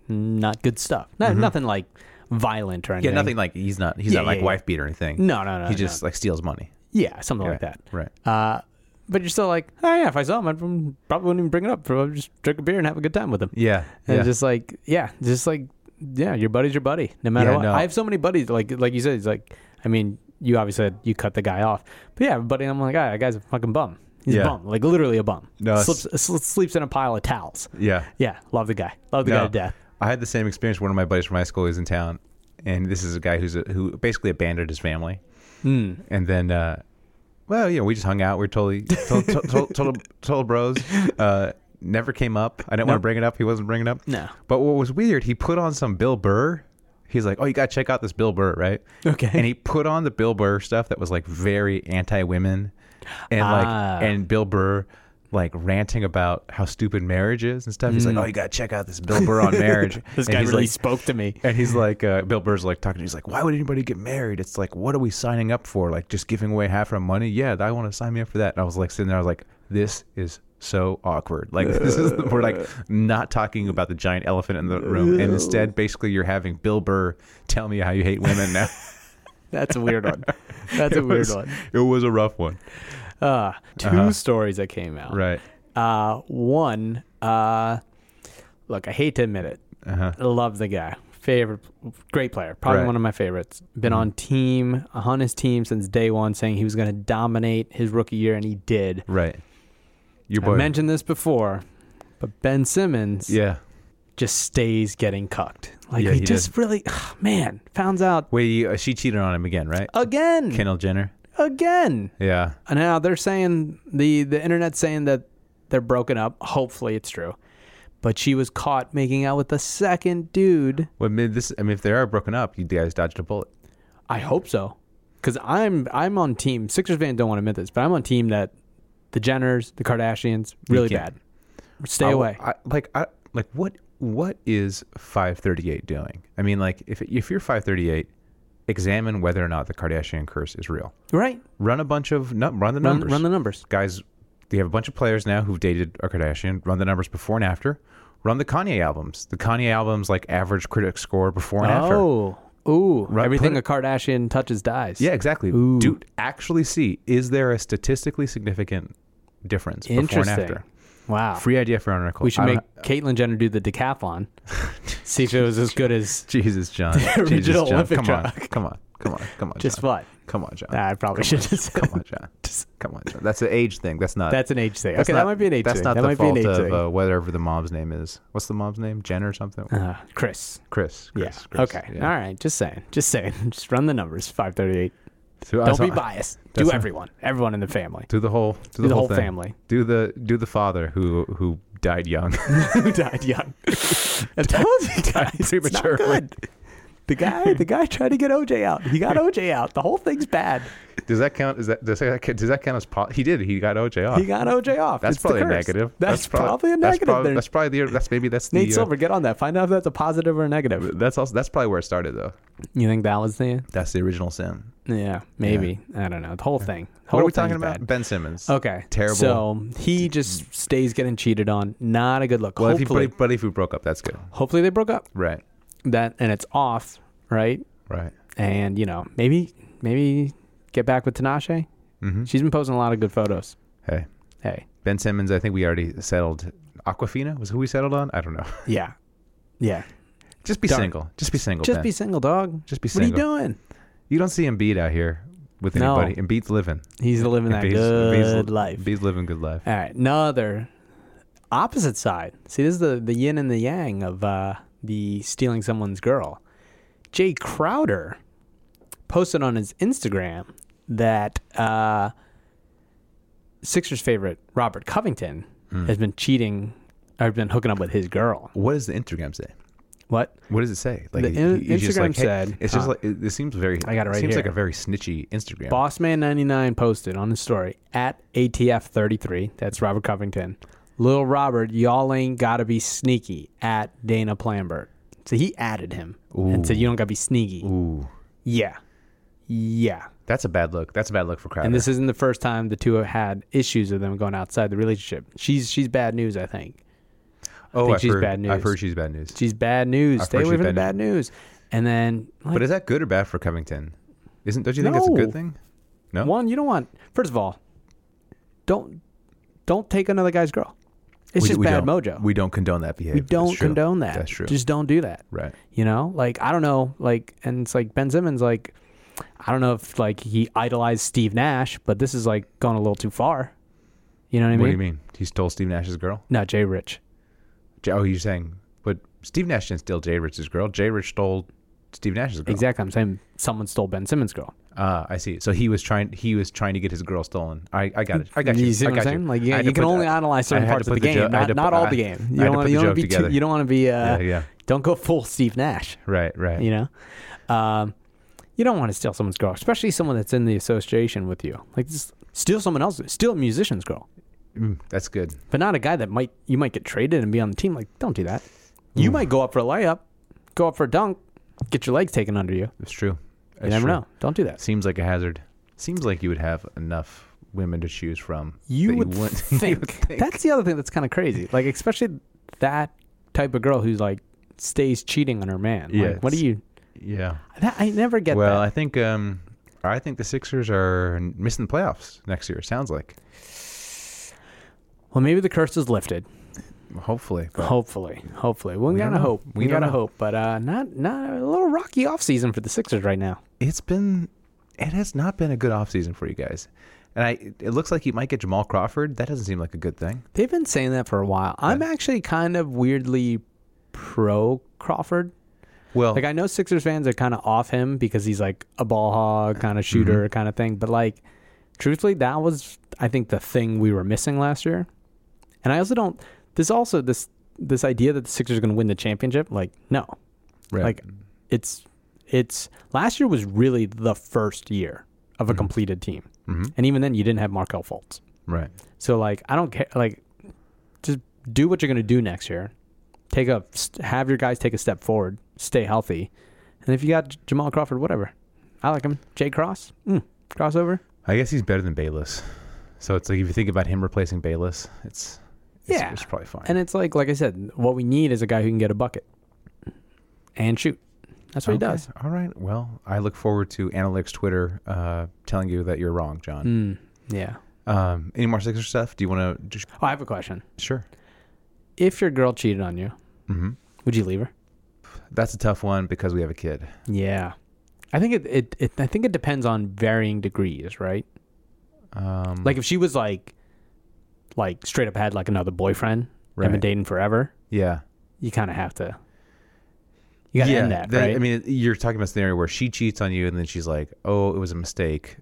S8: not good stuff. Not, Nothing like violent or
S7: Mm-hmm. Yeah,
S8: anything.
S7: nothing like he's not he's
S8: Yeah,
S7: not like
S8: yeah, yeah.
S7: wife beat or anything.
S8: No, no, no.
S7: he
S8: no.
S7: just like steals money.
S8: yeah, something like
S7: Yeah,
S8: that.
S7: Right.
S8: Uh, but you're still like, oh yeah, if I saw him, I probably wouldn't even bring it up. Probably just drink a beer and have a good time with him.
S7: Yeah. yeah.
S8: And it's just like, yeah, just like, yeah, your buddy's your buddy, no matter
S7: Yeah,
S8: what.
S7: no.
S8: I have so many buddies, like, like you said, it's like, I mean, you obviously said you cut the guy off, but yeah, buddy, I'm like, ah, that guy's a fucking bum. He's
S7: Yeah.
S8: a bum, like literally a bum.
S7: No, it's-
S8: Slips, sl- sleeps in a pile of towels.
S7: yeah.
S8: Yeah, love the guy. Love the guy
S7: No.
S8: to death.
S7: I had the same experience. One of my buddies from high school is in town, and this is a guy who's a, who basically abandoned his family.
S8: Hmm.
S7: Mm. And then, uh, well, you know, we just hung out. We were totally total, total, total, total bros. Uh, never came up. I didn't want to
S8: Nope.
S7: bring it up. He wasn't bringing it up.
S8: No.
S7: But what was weird, he put on some Bill Burr. He's like, oh, you got to check out this Bill Burr, right?
S8: Okay.
S7: And he put on the Bill Burr stuff that was like very anti women and
S8: Ah.
S7: like, and Bill Burr like ranting about how stupid marriage is and stuff. He's like, oh, you got to check out this Bill Burr on marriage.
S8: Hmm. This
S7: And
S8: guy
S7: he's
S8: really
S7: like-
S8: spoke to me.
S7: and he's like, uh, Bill Burr's like talking. He's like, why would anybody get married? It's like, what are we signing up for? Like, just giving away half our money? Yeah, I want to sign me up for that. And I was like sitting there, I was like, this is so awkward. Like, this is we're like not talking about the giant elephant in the room, and instead, basically, you're having Bill Burr tell me how you hate women now.
S8: That's a weird one. That's a
S7: It
S8: weird
S7: was-
S8: one.
S7: It was a rough one,
S8: Uh, 2 stories that came out.
S7: right?
S8: Uh, one, uh, look, I hate to admit it.
S7: Uh-huh.
S8: Love the guy. Favorite, great player. Probably
S7: Right. Mm-hmm.
S8: one of my favorites. Been on team, on his team since day one, saying he was going to dominate his rookie year, and he did.
S7: Right. Your
S8: I
S7: boy,
S8: mentioned this before, but Ben Simmons
S7: yeah.
S8: just stays getting cucked. Like,
S7: Yeah,
S8: he,
S7: he
S8: just really, man, founds out Oh,
S7: Wait, you, uh, she cheated on him again, right?
S8: again.
S7: Kendall Jenner.
S8: again.
S7: Yeah.
S8: And Now they're saying the the internet's saying that they're broken up. Hopefully it's true. But she was caught making out with the second dude.
S7: Well, I mean, this. I mean, if they are broken up, you guys dodged a bullet.
S8: I hope so. Cuz I'm I'm on team Sixers fan don't want to admit this, but I'm on team that the Jenners, the Kardashians, really
S7: can't.
S8: bad. Stay
S7: I-
S8: away.
S7: I, like, I like what what is 538 doing? I mean, like, if if you're 538, examine whether or not the Kardashian curse is real.
S8: right.
S7: Run a bunch of nu- run the
S8: Run,
S7: numbers.
S8: run the numbers.
S7: guys. They have a bunch of players now who've dated a Kardashian. Run the numbers before and after. Run the Kanye albums. The Kanye albums like average critic score before and after.
S8: Oh. Ooh.
S7: Right,
S8: Everything
S7: put
S8: a Kardashian touches dies.
S7: Yeah, exactly.
S8: Ooh.
S7: Do actually see is there a statistically significant difference before and
S8: Interesting.
S7: after?
S8: Wow.
S7: Free idea for an article.
S8: we should
S7: I don't
S8: make Caitlyn Jenner do the decathlon. see if it was as good as
S7: know- Jesus, John. Jesus,
S8: original
S7: John.
S8: Olympic
S7: come on,
S8: track.
S7: come on, come on, come on.
S8: just
S7: John.
S8: what.
S7: Come on, John.
S8: Nah, I probably
S7: come
S8: should
S7: on,
S8: have said
S7: Come on, John. come on, John. That's an age thing. That's not.
S8: That's an age thing.
S7: that's
S8: okay, that
S7: not-
S8: might be an age
S7: That's
S8: thing.
S7: not
S8: that
S7: the
S8: might
S7: fault
S8: be an age
S7: of
S8: thing.
S7: uh, whatever the mom's name is. What's the mom's name? Jen or something?
S8: Uh, Chris.
S7: Chris.
S8: Yeah.
S7: Chris, Chris,
S8: okay.
S7: yeah.
S8: All right. Just saying. Just saying. Just run the numbers. Five thirty-eight.
S7: So, uh,
S8: Don't
S7: so-
S8: be biased.
S7: that's
S8: Do
S7: a-
S8: everyone. Everyone in the family.
S7: Do the whole. Do,
S8: the
S7: whole,
S8: whole
S7: thing.
S8: family.
S7: Do the do the father who who died young.
S8: Who died young? I told you guys. It's
S7: prematurely.
S8: not good. The guy. The guy tried to get OJ out. He got OJ out. The whole thing's bad.
S7: Does that count? Is that does that does that count as po- he did? He got OJ off.
S8: He got OJ off.
S7: that's
S8: It's the
S7: probably a
S8: curse.
S7: negative.
S8: That's, probably a negative.
S7: That's probably,
S8: there.
S7: that's probably the that's maybe that's the
S8: Nate
S7: uh,
S8: Silver, get on that. Find out if that's a positive or a negative.
S7: That's also that's probably where it started though.
S8: You think that was the?
S7: That's the original sin.
S8: Yeah, maybe. I don't know. The whole thing.
S7: What are
S8: Whole
S7: we talking
S8: thing's
S7: about?
S8: bad.
S7: Ben Simmons.
S8: Okay.
S7: Terrible.
S8: So he just stays getting cheated on. Not a good look.
S7: well, if you, but,
S8: hopefully,
S7: if, but if we broke up, that's good.
S8: hopefully they broke up.
S7: Right.
S8: That and it's off, right?
S7: Right.
S8: And you know, maybe maybe get back with Tanache.
S7: Mhm.
S8: She's been posting a lot of good photos.
S7: Hey,
S8: Hey.
S7: Ben Simmons. I think we already settled. Aquafina was who we settled on. I don't know.
S8: Yeah. Yeah.
S7: Just be
S8: Darn.
S7: single. Just be single.
S8: Just
S7: ben.
S8: be single, dog.
S7: Just be
S8: What
S7: single.
S8: are you doing?
S7: You don't see Embiid out here with
S8: No.
S7: anybody. Embiid's living.
S8: He's living that
S7: Embiid's-
S8: good
S7: Embiid's,
S8: life.
S7: Embiid's living good life.
S8: All right. Another opposite side. See, this is the, the yin and the yang of uh, the stealing someone's girl. Jay Crowder posted on his Instagram that uh, Sixers favorite Robert Covington has been cheating or been hooking up with his girl.
S7: What does the Instagram say?
S8: What?
S7: What does it say? Like
S8: The
S7: he-
S8: in-
S7: he's just
S8: Instagram
S7: like, hey-
S8: said-
S7: it's just
S8: uh,
S7: like it, it seems very.
S8: I got it right
S7: Seems
S8: here.
S7: like a very snitchy Instagram.
S8: Bossman99 posted on his story at ATF33. That's Robert Covington. Lil Robert, y'all ain't gotta be sneaky at Dana Plambert. So he added him and said, You don't gotta be sneaky.
S7: Ooh,
S8: Yeah. Yeah.
S7: that's a bad look. That's a bad look for Crowder.
S8: And this isn't the first time the two have had issues of them going outside the relationship. She's she's bad news, I think.
S7: oh,
S8: think
S7: I've
S8: she's
S7: heard,
S8: bad
S7: I've
S8: news.
S7: heard she's bad news.
S8: She's bad news.
S7: I've
S8: Stay
S7: heard
S8: away
S7: she's
S8: from the
S7: bad
S8: bad news. And then like,
S7: but is that good or bad for Covington? Isn't? Don't you think that's a
S8: No.
S7: good thing? No.
S8: One, you don't want. First of all, don't don't take another guy's girl. It's
S7: we,
S8: just
S7: we
S8: bad
S7: don't-
S8: mojo.
S7: We don't condone that behavior.
S8: We don't
S7: That's true.
S8: condone that.
S7: That's true.
S8: Just don't do that.
S7: right.
S8: You know, like I don't know, like and it's like Ben Simmons, like I don't know if like he idolized Steve Nash, but this is like going a little too far. You know what I mean?
S7: What do you mean? He stole Steve Nash's girl?
S8: No, Jay Rich.
S7: J- Oh, you're saying, but Steve Nash didn't steal Jay Rich's girl. Jay Rich stole Steve Nash's girl.
S8: Exactly. I'm saying someone stole Ben Simmons' girl.
S7: Ah, I see. So he was trying. He was trying to get his girl stolen. I, I got it. I got you.
S8: You see
S7: I
S8: what I'm
S7: got
S8: saying?
S7: You.
S8: Like,
S7: I
S8: yeah,
S7: had
S8: you
S7: to
S8: can
S7: put-
S8: only
S7: I-
S8: analyze
S7: I
S8: certain
S7: had to
S8: parts of
S7: put
S8: the game,
S7: jo- I had
S8: not,
S7: to
S8: not
S7: put-
S8: all
S7: I-
S8: the game.
S7: I
S8: You
S7: had
S8: don't
S7: to
S8: want
S7: put
S8: to
S7: the
S8: you don't
S7: joke
S8: wanna be too,
S7: together.
S8: you don't want to be
S7: Yeah,
S8: uh,
S7: yeah.
S8: don't go full Steve Nash.
S7: Right, right.
S8: you know um, you don't want to steal someone's girl especially someone that's in the association with you like just steal someone else's steal a musician's girl
S7: Mm, that's good.
S8: but not a guy that might you might get traded and be on the team like don't do that
S7: Mm.
S8: you might go up for a layup go up for a dunk get your legs taken under you
S7: It's true. It's
S8: you never
S7: true.
S8: know don't do that
S7: Seems like a hazard. Seems like you would have enough women to choose from. that
S8: you would,
S7: wouldn't- you
S8: think,
S7: would think.
S8: that's the other thing that's kind of crazy like especially that type of girl who's like stays cheating on her man
S7: Yeah,
S8: like, what do
S7: it's-
S8: you
S7: yeah.
S8: that, i never get
S7: Well, I
S8: that
S7: think um, I think the Sixers are missing the playoffs next year. Sounds like
S8: well maybe the curse is lifted
S7: hopefully. but
S8: Hopefully, hopefully, we,
S7: don't
S8: gotta
S7: know.
S8: hope.
S7: We
S8: We,
S7: don't
S8: gotta
S7: know.
S8: hope, but uh, not not a little rocky offseason for the Sixers right now.
S7: It's been it has not been a good offseason for you guys, and I it looks like you might get Jamal Crawford. That doesn't seem like a good thing.
S8: They've been saying that for a while. I'm actually kind of weirdly pro Crawford.
S7: Well,
S8: Like I Mm-hmm. know Sixers fans are kind of off him because he's like a ball hog kind of shooter kind of thing, but like truthfully, that was I think the thing we were missing last year. And I also don't this also this this idea that the Sixers are going to win the championship, like no.
S7: Right.
S8: Like it's it's last year was really the first year of a
S7: Mm-hmm.
S8: completed team. And even then you didn't have Markel Fultz.
S7: right.
S8: So like I don't care like just do what you're going to do next year. Take a st- have your guys take a step forward, stay healthy. And if you got J- Jamal Crawford whatever. I like him. Jay Cross. Mm, crossover.
S7: I guess he's better than Bayless. So it's like if you think about him replacing Bayless, it's, it's
S8: Yeah.
S7: it's probably fine.
S8: And it's like, like I said, what we need is a guy who can get a bucket and shoot. That's what he
S7: Okay.
S8: does.
S7: All right. Well, I look forward to analytics Twitter uh, telling you that you're wrong, John.
S8: Mm. Yeah.
S7: Um, any more Sixer stuff? Do you want to? Just,
S8: Oh, I have a question.
S7: sure.
S8: If your girl cheated on you,
S7: Mm-hmm.
S8: would you leave her?
S7: That's a tough one because we have a kid.
S8: Yeah. I think it, it, it I think it depends on varying degrees, right?
S7: Mm-hmm. Um,
S8: Like if she was like, like straight up had like another boyfriend and been
S7: Right.
S8: dating forever,
S7: yeah.
S8: you kind of have to. You gotta end that,
S7: then-
S8: right?
S7: I mean, you're talking about a scenario where she cheats on you, and then she's like, "Oh, it was a mistake.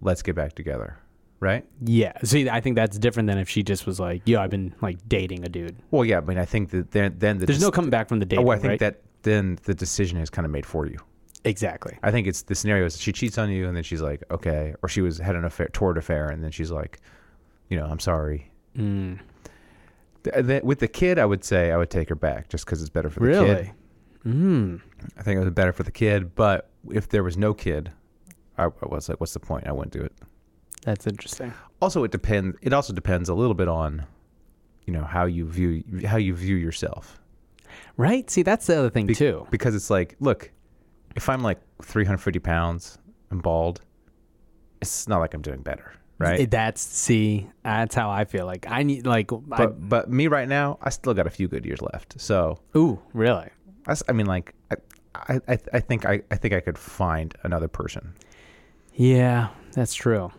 S7: Let's get back together." Right?
S8: yeah. See, I think that's different than if she just was like, "Yo, I've been like dating a dude."
S7: Well, yeah. I mean, I think that then then the
S8: There's
S7: dec-
S8: no coming back from the dating.
S7: Oh, I think
S8: right?
S7: that then the decision is kind of made for you.
S8: exactly.
S7: I think it's the scenario is she cheats on you, and then she's like, "Okay," or she was had an affair, toward affair, and then she's like, "You know, I'm sorry." Mm. Th- th- with the kid, I would say I would take her back just because it's better for the kid.
S8: Really?
S7: I think it was better for the kid, but if there was no kid, I, I was like, "What's the point?" I wouldn't do it.
S8: That's interesting.
S7: also it depends it also depends a little bit on you know how you view how you view yourself
S8: Right? See, that's the other thing
S7: Be-
S8: too.
S7: because it's like look if i'm like 350 pounds and bald it's not like i'm doing better right
S8: It- That's see, that's how I feel. Like I need like I,
S7: but but me right now i still got a few good years left so
S8: ooh, really?
S7: i, s- I mean like I, I i i think i i think i could find another person
S8: Yeah, that's true.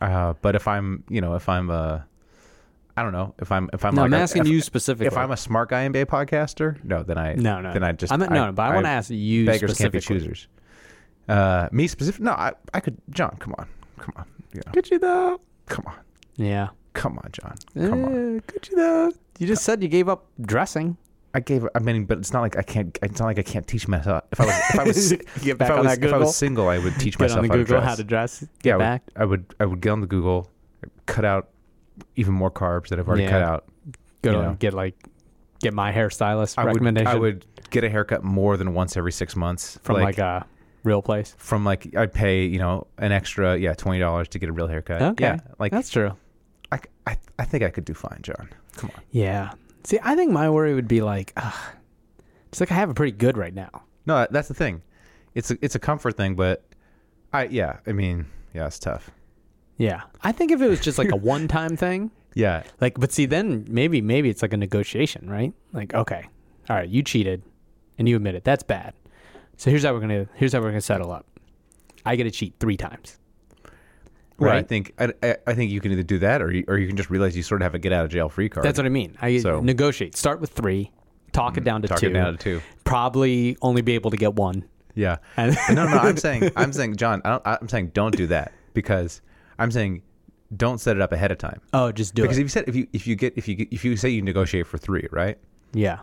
S7: uh but if i'm you know if i'm uh I don't know if I'm if I'm
S8: No,
S7: like
S8: I'm
S7: a-
S8: asking
S7: if-
S8: you specifically.
S7: If I'm a smart guy NBA podcaster, no, then I
S8: No, no.
S7: then I just
S8: I'm not- no, no, but I wanna ask you
S7: Beggars can't be
S8: specifically.
S7: choosers. Uh, me specific? No, I I could John. Come on, come on, you know,
S8: you though?
S7: come on,
S8: Yeah.
S7: come on, John, come
S8: Eh.
S7: on.
S8: Could you though? You just said you gave up dressing.
S7: I gave. I mean, but it's not like I can't. It's not like I can't teach myself. If I was if I was
S8: Get
S7: if
S8: back
S7: I
S8: on
S7: was, if
S8: that
S7: I
S8: Google.
S7: was single, I would teach
S8: Get
S7: myself
S8: on the
S7: how
S8: Google
S7: to dress.
S8: how to dress. Get
S7: yeah, I would-
S8: back.
S7: I would I would get on the Google, cut out even more carbs that I've already
S8: Yeah.
S7: cut out.
S8: Go
S7: you
S8: and
S7: know.
S8: get like get my hairstylist
S7: I would
S8: recommendation
S7: I would get a haircut more than once every six months
S8: from like, a real place.
S7: from like I'd pay you know an extra yeah twenty dollars to get a real haircut.
S8: Okay.
S7: Yeah, like
S8: that's true.
S7: I, I I think I could do fine, John. Come on.
S8: Yeah. See, I think my worry would be like, ah, it's like I have it pretty good right now.
S7: No, that's the thing. It's a, it's a comfort thing, but I yeah I mean yeah it's tough.
S8: Yeah. I think if it was just like a one time thing,
S7: Yeah,
S8: like, but see, then maybe, maybe it's like a negotiation, right? Like, okay, all right, you cheated and you admit it. That's bad. So here's how we're going to, here's how we're going to settle up. I get to cheat three times.
S7: right. I
S8: Right.
S7: think I, I, I think you can either do that or you, or you can just realize you sort of have a get out of jail free card.
S8: That's what I mean. I
S7: So- Mm,
S8: negotiate, start with three, talk it down to
S7: Talk
S8: two,
S7: it down to two.
S8: probably only be able to get one.
S7: Yeah.
S8: And-
S7: no, no, I'm saying, I'm saying, John, I don't, I'm saying, don't do that because I'm saying, don't set it up ahead of time.
S8: Oh, just do
S7: Because
S8: it.
S7: if you said if you if you get if you get- if you say you negotiate for three, right?
S8: yeah.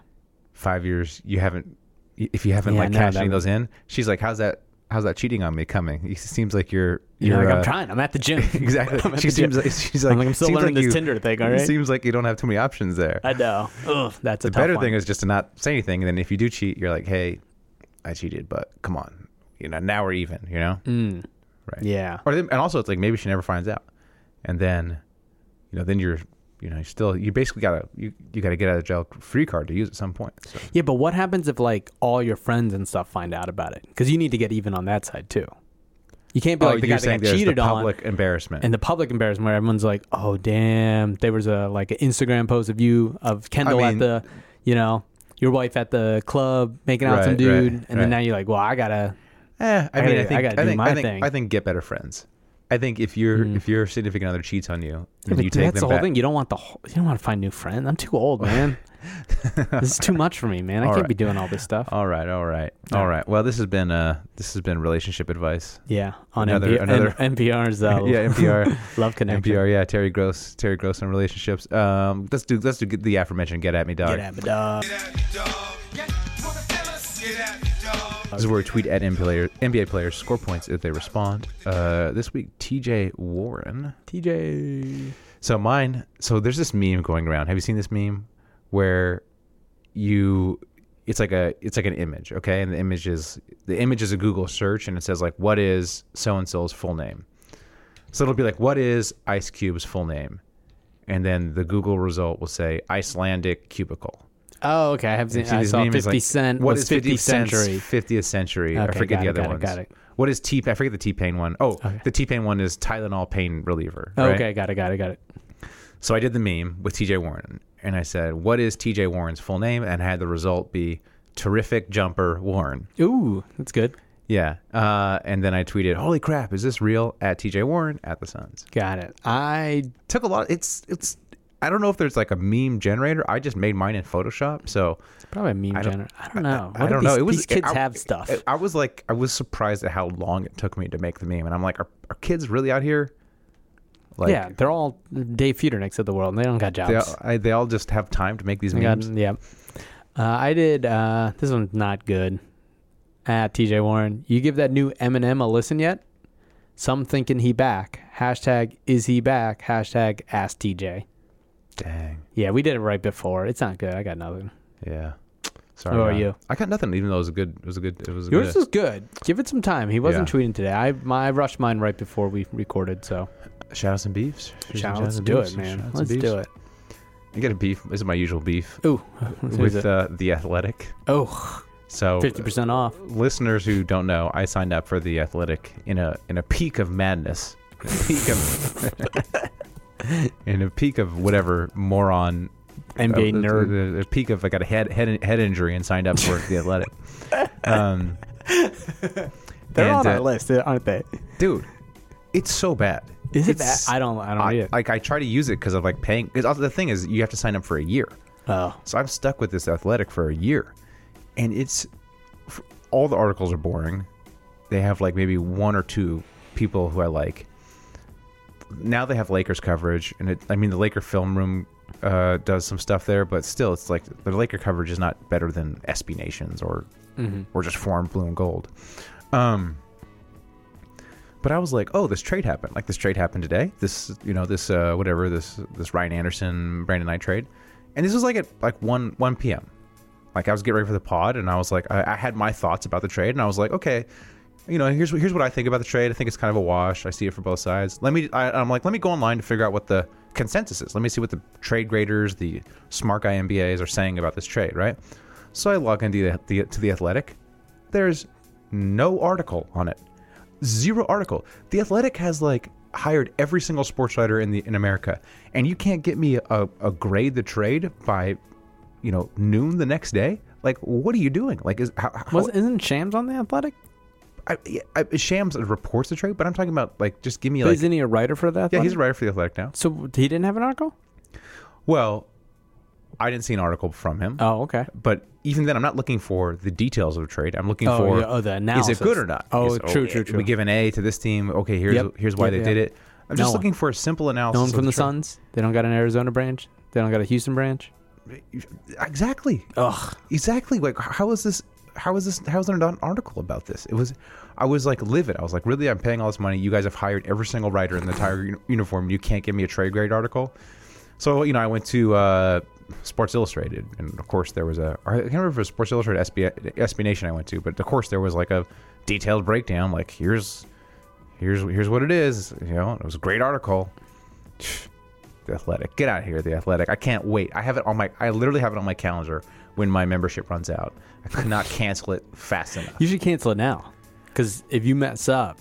S7: Five years, you haven't. If you haven't
S8: Yeah,
S7: like
S8: no,
S7: cashed
S8: that
S7: any of
S8: would-
S7: those in, she's like, "How's that? How's that cheating on me coming?" It seems like you're.
S8: You're,
S7: you're
S8: like, I'm
S7: uh,
S8: trying. I'm at the gym.
S7: Exactly.
S8: I'm at
S7: she
S8: the gym.
S7: seems like she's
S8: I'm
S7: like.
S8: like, I'm still
S7: seems like
S8: learning this
S7: you-
S8: Tinder thing, all right?
S7: Seems like you don't have too many options there.
S8: I know. Ugh, that's a
S7: the
S8: tough
S7: better
S8: one.
S7: thing is just to not say anything, and then if you do cheat, you're like, "Hey, I cheated, but come on, you know, now we're even," you know.
S8: Mm.
S7: Right.
S8: Yeah.
S7: Or then, and also it's like maybe she never finds out, and then, you know, then you're, you know, you're still you basically gotta you, you gotta get out of jail free card to use at some point. So.
S8: Yeah, but what happens if like all your friends and stuff find out about it? Because you need to get even on that side too. You can't be like the guy that got
S7: Oh, there's
S8: cheated
S7: the
S8: on
S7: public embarrassment.
S8: and the public embarrassment where everyone's like, "Oh damn, there was a like an Instagram post of you of Kendall
S7: mean-
S8: at the, you know, your wife at the club making out with some
S7: Right, right,
S8: dude," and
S7: right.
S8: then now you're like, "Well, I gotta."
S7: eh, I, mean,
S8: gotta-
S7: I
S8: I
S7: think
S8: gotta
S7: I
S8: do
S7: think
S8: my
S7: I think
S8: thing.
S7: I think get better friends. I think if your if your significant other cheats on you, and
S8: But
S7: you take
S8: that's
S7: them
S8: the whole
S7: back.
S8: thing. You don't want the whole, you don't want to find new friends. I'm too old, man. this is too much for me, man. I
S7: All
S8: can't
S7: right. Uh,
S8: be doing all this stuff.
S7: All right, all right, all right. Well, this has been uh this has been relationship advice.
S8: yeah, on
S7: Another-
S8: NPR,
S7: another-
S8: NPR's uh,
S7: yeah, NPR.
S8: Love Connection.
S7: NPR, yeah, Terry Gross, Terry Gross on relationships. Um, let's do let's do the aforementioned get at me dog.
S8: Get at me, dog.
S7: This is where we tweet at NBA players, NBA players score points if they respond. Uh, this week, TJ Warren.
S8: TJ.
S7: So mine. So there's this meme going around. Have you seen this meme where you? It's like a it's like an image, okay, and the image is the image is a Google search, and it says like, "What is so and so's full name?" So it'll be like, "What is Ice Cube's full name?" And then the Google result will say Icelandic cubicle.
S8: Oh, okay. I have seen.
S7: You've seen
S8: I
S7: this
S8: saw
S7: meme,
S8: 50
S7: it's like,
S8: Cent.
S7: What
S8: was
S7: is 50 Cent's
S8: Century?
S7: 50th century. I
S8: Okay,
S7: forget
S8: got
S7: the other
S8: it, got it,
S7: ones.
S8: got it.
S7: What is T? I forget the T Pain one. Oh, the T Pain one is Tylenol pain reliever. right?
S8: Okay, got it, got it, got it.
S7: So I did the meme with TJ Warren, and I said, "What is TJ Warren's full name?" And I had the result be "Terrific Jumper Warren."
S8: Ooh, that's good.
S7: Yeah. Uh, and then I tweeted, "Holy crap, is this real?" At TJ Warren at the Suns.
S8: Got it. I
S7: Took a lot. It's it's. I don't know if there's like a meme generator. I just made mine in Photoshop, so
S8: probably a meme
S7: I don't-
S8: generator. I don't know. Oh, What
S7: I
S8: do
S7: don't
S8: these,
S7: know. It was
S8: these kids
S7: I-
S8: have stuff.
S7: I, I was like, I was surprised at how long it took me to make the meme, and I'm like, are, are kids really out here? Like,
S8: yeah, they're all Dave Feudernicks of the world, and they don't got jobs.
S7: they all, I, they all just have time to make these
S8: I got-
S7: memes.
S8: yeah. Uh, I did. Uh, this one's not good. Ah, TJ Warren, you give that new Eminem a listen yet? Some thinking he back. Hashtag is he back? Hashtag ask TJ.
S7: Dang.
S8: Yeah, we did it right before. It's not good. I got nothing.
S7: Yeah. Sorry.
S8: How about
S7: man.
S8: you?
S7: I got nothing, even though it was a good. It was a good. It was a
S8: Yours
S7: good.
S8: was good. Give it some time. He wasn't
S7: Yeah.
S8: tweeting today. I my I rushed mine right before we recorded. So
S7: shoutouts and beefs.
S8: shout,
S7: Shoutouts
S8: let's
S7: and
S8: do
S7: beefs.
S8: it, man.
S7: Shoutouts and
S8: Let's
S7: beefs.
S8: do it.
S7: I got a beef. This is my usual beef
S8: Ooh,
S7: with uh, the Athletic.
S8: oh,
S7: So uh,
S8: 50 percent off.
S7: listeners who don't know, I signed up for the Athletic in a in a peak of madness, In a peak of in a peak of whatever moron
S8: NBA
S7: uh,
S8: nerd.
S7: the- the peak of I got a head head head injury and signed up for the Athletic. Um,
S8: They're
S7: and,
S8: on our
S7: uh,
S8: list, aren't they?
S7: dude. It's so bad.
S8: Is it that?
S7: It's-
S8: I don't. I don't read
S7: I,
S8: it.
S7: like I try to use it because of like paying. Because also the thing is, you have to sign up for a year,
S8: oh,
S7: so I'm stuck with this athletic for a year, and it's f- all the articles are boring. They have like maybe one or two people who I like. Now they have Lakers coverage, and it, I mean the Laker film room uh, does some stuff there, but still, it's like the Laker coverage is not better than SB Nations or
S8: Mm-hmm.
S7: or just Foreign Blue and Gold. Um, but I was like, oh, this trade happened. Like this trade happened today. This, you know, this uh, whatever this this Ryan Anderson Brandon Knight trade, and this was like at like one one p.m. Like I was getting ready for the pod, and I was like, I, I had my thoughts about the trade, and I was like, okay, you know, here's what- here's what I think about the trade. I think it's kind of a wash. I see it for both sides. Let me, I, I'm like, let me go online to figure out what the consensus is. Let me see what the trade graders, the smart guy MBAs are saying about this trade, right? So I log into the, the to the Athletic. There's no article on it zero article. The Athletic has like hired every single sports writer in the in America, and you can't get me a, a grade the trade by, you know, noon the next day. Like, what are you doing? Like, is how, how
S8: was isn't Shams on the Athletic?
S7: I, I, Shams reports the trade, but I'm talking about like just give me
S8: But
S7: like
S8: isn't he a writer for the Athletic?
S7: yeah, he's a writer for the Athletic now.
S8: So he didn't have an article?
S7: Well, I didn't see an article from him.
S8: Oh, okay.
S7: but even then, I'm not looking for the details of a trade. I'm looking
S8: Oh,
S7: for
S8: yeah, oh, the
S7: is
S8: analysis.
S7: it good or not?
S8: Oh,
S7: Is-
S8: true, true, true.
S7: We give an A to this team. Okay, here's
S8: Yep.
S7: here's why
S8: Yeah,
S7: they
S8: yeah.
S7: did it. I'm
S8: No
S7: just
S8: one.
S7: looking for a simple analysis.
S8: No one
S7: of
S8: from the,
S7: trade.
S8: Suns. They don't got an Arizona branch. They don't got a Houston branch.
S7: Exactly.
S8: Ugh.
S7: Exactly. Like, how is this? How is this? How is there not an article about this? It was, I was like livid. I was like, really? I'm paying all this money. You guys have hired every single writer in the entire uni- uniform. You can't give me a trade grade article. So you know, I went to uh, Sports Illustrated, and of course there was a. I can't remember if it was Sports Illustrated or SB, SB Nation I went to, but of course there was like a detailed breakdown. Like here's, here's here's what it is. You know, and it was a great article. The Athletic. Get out of here, The Athletic. I can't wait. I have it on my. I literally have it on my calendar when my membership runs out. I could not cancel it fast enough.
S8: You should cancel it now. Because if you mess up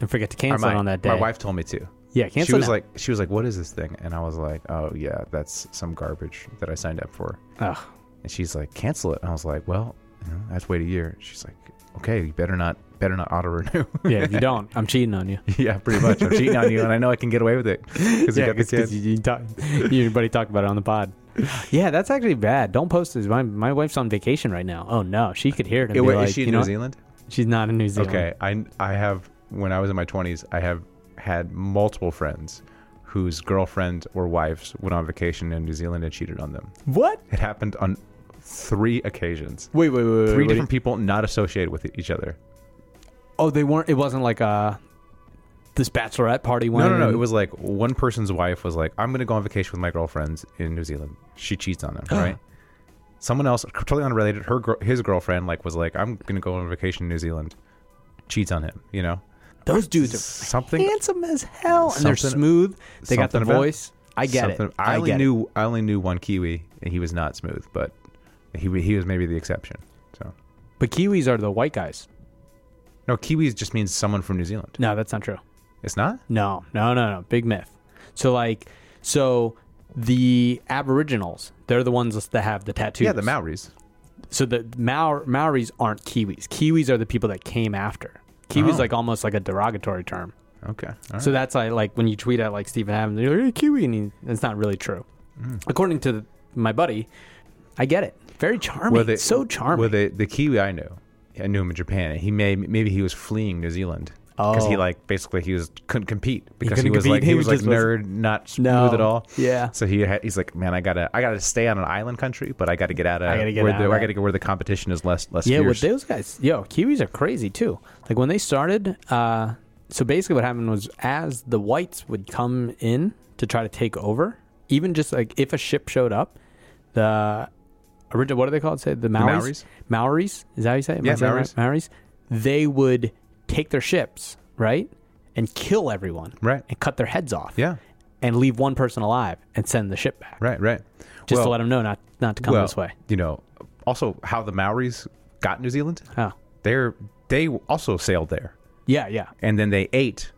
S8: and forget to
S7: Or
S8: cancel
S7: my,
S8: it on that day.
S7: my wife told me to.
S8: Yeah, cancel
S7: She was
S8: now.
S7: like, she was like, "What is this thing?" And I was like, "Oh yeah, that's some garbage that I signed up for."
S8: Ugh.
S7: And she's like, "Cancel it." And I was like, "Well, You know, I have to wait a year. She's like, okay, you better not, better not auto renew.
S8: Yeah, if you don't, I'm cheating on you.
S7: yeah, pretty much. I'm cheating on you, and I know I can get away with it because you
S8: Yeah,
S7: got the
S8: 'cause- 'cause
S7: kids.
S8: you, you talk, you buddy talked about it on the pod. Yeah, that's actually bad. Don't post this. My, my wife's on vacation right now. Oh no, she could hear it. And
S7: Hey,
S8: be
S7: wait,
S8: like,
S7: is she
S8: you
S7: in
S8: know
S7: New
S8: what?
S7: Zealand?
S8: She's not in New Zealand.
S7: Okay, I I have when I was in my twenties, I have had multiple friends whose girlfriend or wives went on vacation in New Zealand and cheated on them.
S8: What?
S7: It happened on three occasions.
S8: Wait, wait, wait.
S7: Three different people not associated with each other.
S8: Oh, they weren't. It wasn't like uh, this bachelorette party. When
S7: No, no, no. It was like one person's wife was like, "I'm going to go on vacation with my girlfriends in New Zealand." She cheats on him, right? Someone else, totally unrelated, her gir- his girlfriend like was like, "I'm going to go on vacation in New Zealand," cheats on him. You know,
S8: those dudes are
S7: something
S8: handsome as hell, and they're
S7: Something-
S8: smooth. They got the
S7: something about-
S8: voice. I get it.
S7: something- I, only
S8: get it.
S7: knew I only knew one Kiwi, and he was not smooth, but he wa- he was maybe the exception. So
S8: But Kiwis are the white guys.
S7: no, Kiwis just means someone from New Zealand.
S8: No, that's not true.
S7: It's not.
S8: No, no, no, no. Big myth. So like, so the Aboriginals, they're the ones that have the tattoos.
S7: Yeah, the Maoris.
S8: So the Maor- Maoris aren't Kiwis. Kiwis are the people that came after. Kiwis
S7: Oh.
S8: like almost like a derogatory term.
S7: Okay. all right.
S8: So that's like, like when you tweet at like Stephen Adams, you're like, "You're a Kiwi, and he, it's not really true.
S7: Mm.
S8: According to my buddy, I get it. Very charming.
S7: Well, they-
S8: so charming.
S7: Well, the the Kiwi I knew, I knew him in Japan. and He may maybe he was fleeing New Zealand because he
S8: Oh.
S7: like basically he was couldn't compete because he,
S8: couldn't
S7: was
S8: compete.
S7: like he,
S8: He
S7: was like
S8: just was-
S7: nerd, not smooth
S8: No.
S7: at all.
S8: Yeah.
S7: So he had, he's like, man, I gotta I gotta stay on an island country, but I gotta get out of
S8: I gotta get
S7: where
S8: out
S7: the
S8: of
S7: I
S8: that.
S7: gotta get where the competition is less less.
S8: Yeah,
S7: fierce.
S8: well, those guys, yo, Kiwis are crazy too. Like when they started, uh, so basically what happened was as the whites would come in to try to take over, even just like if a ship showed up, the original, what are they called? Say the Maoris?
S7: Maoris.
S8: Maoris? Is that how you say it? Am I
S7: Yeah,
S8: saying it right?
S7: Maoris.
S8: Maoris. They would take their ships, right? And kill everyone.
S7: Right.
S8: And cut their heads off.
S7: Yeah.
S8: And leave one person alive and send the ship back.
S7: right, right.
S8: Just
S7: Well-
S8: to let them know not, not to come this way.
S7: You know, also how the Maoris got New Zealand.
S8: Oh.
S7: They're they also sailed there,
S8: Yeah, yeah.
S7: and then they ate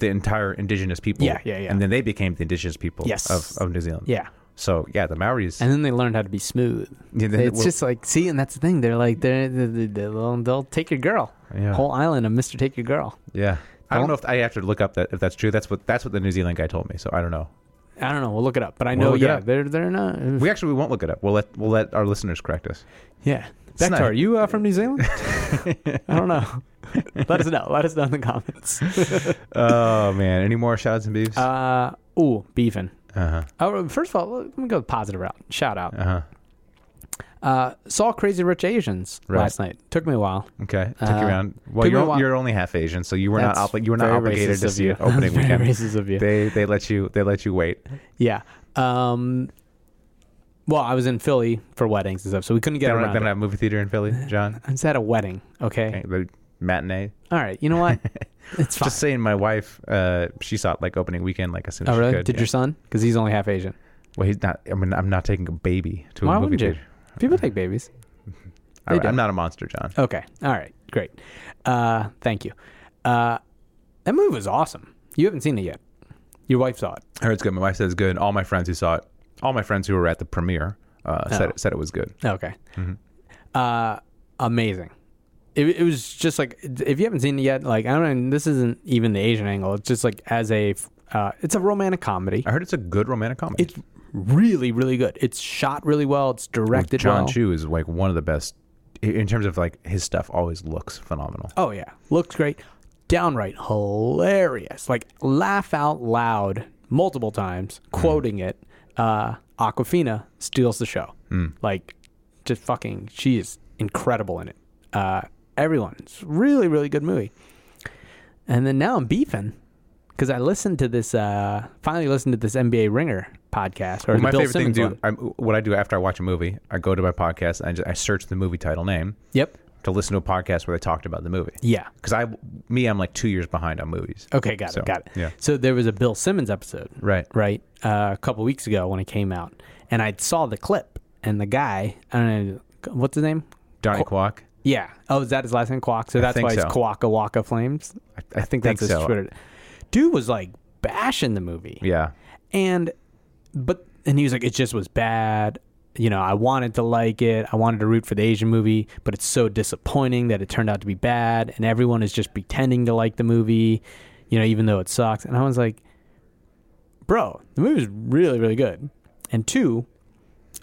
S7: the entire indigenous people.
S8: Yeah, yeah, yeah.
S7: And then they became the indigenous people
S8: Yes.
S7: of, of New Zealand.
S8: Yeah.
S7: So yeah, the Maoris.
S8: and then they learned how to be smooth.
S7: Yeah, then-
S8: it's
S7: well-
S8: just like see, and that's the thing. They're like they're, they they'll, they'll take your girl.
S7: Yeah.
S8: Whole island of Mister Take Your Girl.
S7: yeah. I don't know if I have to look up that if that's true. That's what that's what the New Zealand guy told me. So I don't know.
S8: I don't know. We'll look it up, but I
S7: We'll
S8: know.
S7: look it
S8: yeah,
S7: up.
S8: they're they're not.
S7: We actually we won't look it up. We'll let we'll let our listeners correct us.
S8: yeah. Bector,
S7: not-
S8: are you uh, from New Zealand? I don't know. Let us know. Let us know in the comments.
S7: oh man, any more shouts and beefs?
S8: Uh, ooh, beefing.
S7: Uh-huh.
S8: Oh, first of all, let me go the positive route. Shout out.
S7: Uh huh.
S8: Uh, saw Crazy Rich Asians
S7: Right.
S8: last night. Took me a while.
S7: Okay. Took
S8: Uh,
S7: you around. Well,
S8: took me a
S7: you're,
S8: while.
S7: you're only half Asian, so you were not
S8: That's
S7: obli- you were not
S8: very
S7: obligated
S8: racist
S7: to
S8: of
S7: see
S8: you.
S7: it opening
S8: Very
S7: weekend.
S8: racist of you.
S7: They they let you they let you wait.
S8: Yeah. Um, well, I was in Philly for weddings and stuff, so we couldn't
S7: They
S8: get
S7: don't,
S8: around.
S7: they don't
S8: it.
S7: have movie theater in Philly, John.
S8: I was at a wedding. Okay.
S7: Okay, The matinee.
S8: All right. You know what? It's fine.
S7: Just saying, my wife, uh, she saw it like opening weekend, like as soon as
S8: oh,
S7: she
S8: really?
S7: could.
S8: Did
S7: yeah.
S8: your son? Because he's only half Asian.
S7: Well, he's not. I mean, I'm not taking a baby to
S8: Why
S7: a movie
S8: wouldn't you?
S7: theater.
S8: People take babies.
S7: All right,
S8: do. Oh.
S7: I'm not a monster, John.
S8: Okay. All right. Great. Uh, thank you. Uh, that movie was awesome. You haven't seen it yet. Your wife saw it.
S7: I heard it's good. My wife said it's good. All my friends who saw it, all my friends who were at the premiere, uh, said
S8: Oh.
S7: it, said it was good.
S8: Okay. Uh, amazing. It, it was just like if you haven't seen it yet, like I don't. know, This isn't even the Asian angle. It's just like as a, uh, it's a romantic comedy.
S7: I heard it's a good romantic comedy.
S8: It's really, really good. It's shot really well. It's directed
S7: John
S8: well.
S7: Chu is like one of the best in terms of like his stuff. Always looks phenomenal.
S8: Oh yeah, looked great. Downright hilarious. Like laugh out loud multiple times,
S7: Hmm.
S8: quoting it. Uh, Aquafina steals the show.
S7: Hmm.
S8: Like, just fucking. She is incredible in it. Uh, everyone, it's a really, really good movie. And then now I'm beefing because I listened to this. Uh, finally, listened to this NBA Ringer podcast or
S7: Well,
S8: the
S7: my
S8: Bill
S7: favorite
S8: Simmons
S7: thing to
S8: one.
S7: do, I'm, what I do after I watch a movie, I go to my podcast and I, just, I search the movie title name
S8: Yep.
S7: to listen to a podcast where they talked about the movie.
S8: Yeah.
S7: Because I, me, I'm like two years behind on movies.
S8: Okay, got
S7: So,
S8: it, got it.
S7: yeah.
S8: So there was a Bill Simmons episode,
S7: Right.
S8: right, uh, a couple weeks ago when it came out, and I saw the clip, and the guy, I don't know, what's his name?
S7: Donnie Kwok.
S8: Yeah. Oh, is that his last name, Kwok? So that's
S7: think
S8: why he's
S7: so.
S8: Kwaka Waka Flames.
S7: I think
S8: that's
S7: so.
S8: his Twitter. Dude was like bashing the movie,
S7: Yeah.
S8: and but and he was like, it just was bad. you know, I wanted to like it. I wanted to root for the Asian movie, but it's so disappointing that it turned out to be bad, and everyone is just pretending to like the movie, you know, even though it sucks. And I was like, bro, the movie's really, really good. And two,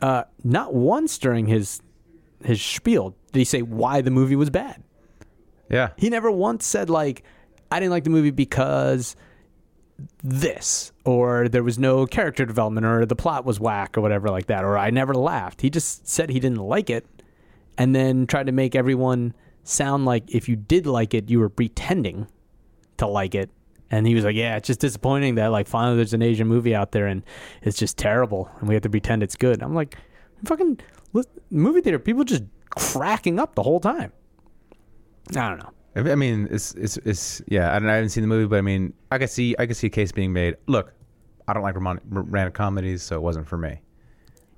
S8: uh, not once during his his spiel did he say why the movie was bad.
S7: Yeah.
S8: He never once said like, I didn't like the movie because this or there was no character development or the plot was whack or whatever like that or I never laughed. He just said he didn't like it and then tried to make everyone sound like if you did like it, you were pretending to like it. And he was like, "Yeah, it's just disappointing that like finally there's an Asian movie out there and it's just terrible and we have to pretend it's good." I'm like, "Fucking li- movie theater people just cracking up the whole time." I don't know.
S7: I I mean, it's it's it's yeah. I don't. I haven't seen the movie, but I mean, I could see I could see a case being made. Look, I don't like roman- romantic comedies, so it wasn't for me.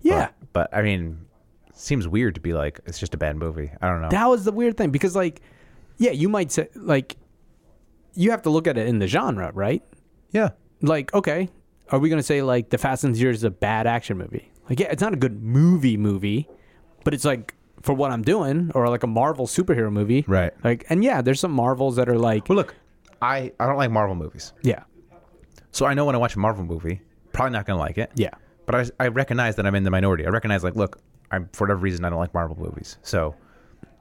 S8: Yeah.
S7: But, but I mean, it seems weird to be like it's just a bad movie. I don't know.
S8: That was the weird thing because, like, yeah, you might say, like, you have to look at it in the genre, right?
S7: yeah.
S8: Like, okay, are we going to say, like, The Fast and Furious is a bad action movie? Like, yeah, it's not a good movie movie, but it's like for what I'm doing or like a Marvel superhero movie.
S7: Right.
S8: Like, and yeah, there's some Marvels that are like,
S7: Well, look, I I don't like Marvel movies,
S8: yeah,
S7: so I know when I watch a Marvel movie, probably not gonna like it.
S8: yeah.
S7: But I I recognize that I'm in the minority. I recognize like, look, I'm for whatever reason I don't like Marvel movies, so.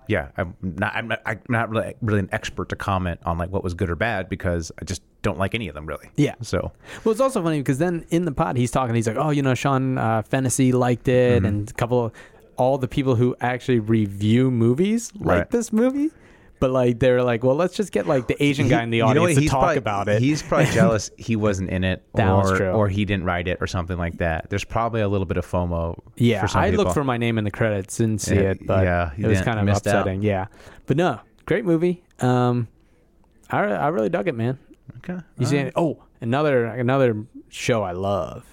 S7: Yeah, I'm not. I'm not, I'm not really, really an expert to comment on like what was good or bad because I just don't like any of them really.
S8: Yeah.
S7: So
S8: Well, it's also funny because then in the pod he's talking. He's like, "Oh, you know, Sean uh, Fennessy liked it,
S7: Mm-hmm.
S8: and a couple of all the people who actually review movies like
S7: Right.
S8: this movie." But like they're like, "Well, let's just get like the Asian guy in the
S7: You know
S8: audience
S7: what?
S8: to
S7: He's
S8: talk
S7: probably-
S8: about it."
S7: He's probably jealous he wasn't in it,
S8: That was
S7: or,
S8: true.
S7: or he didn't write it, or something like that. There's probably a little bit of FOMO.
S8: yeah,
S7: for some
S8: I
S7: people.
S8: looked for my name in the credits, didn't see
S7: Yeah,
S8: it, but
S7: yeah, you
S8: it was
S7: didn't-
S8: kind of
S7: missed out.
S8: upsetting. Yeah, but no, great movie. Um, I I really dug it, man.
S7: Okay.
S8: You see, any- oh, another another show I love.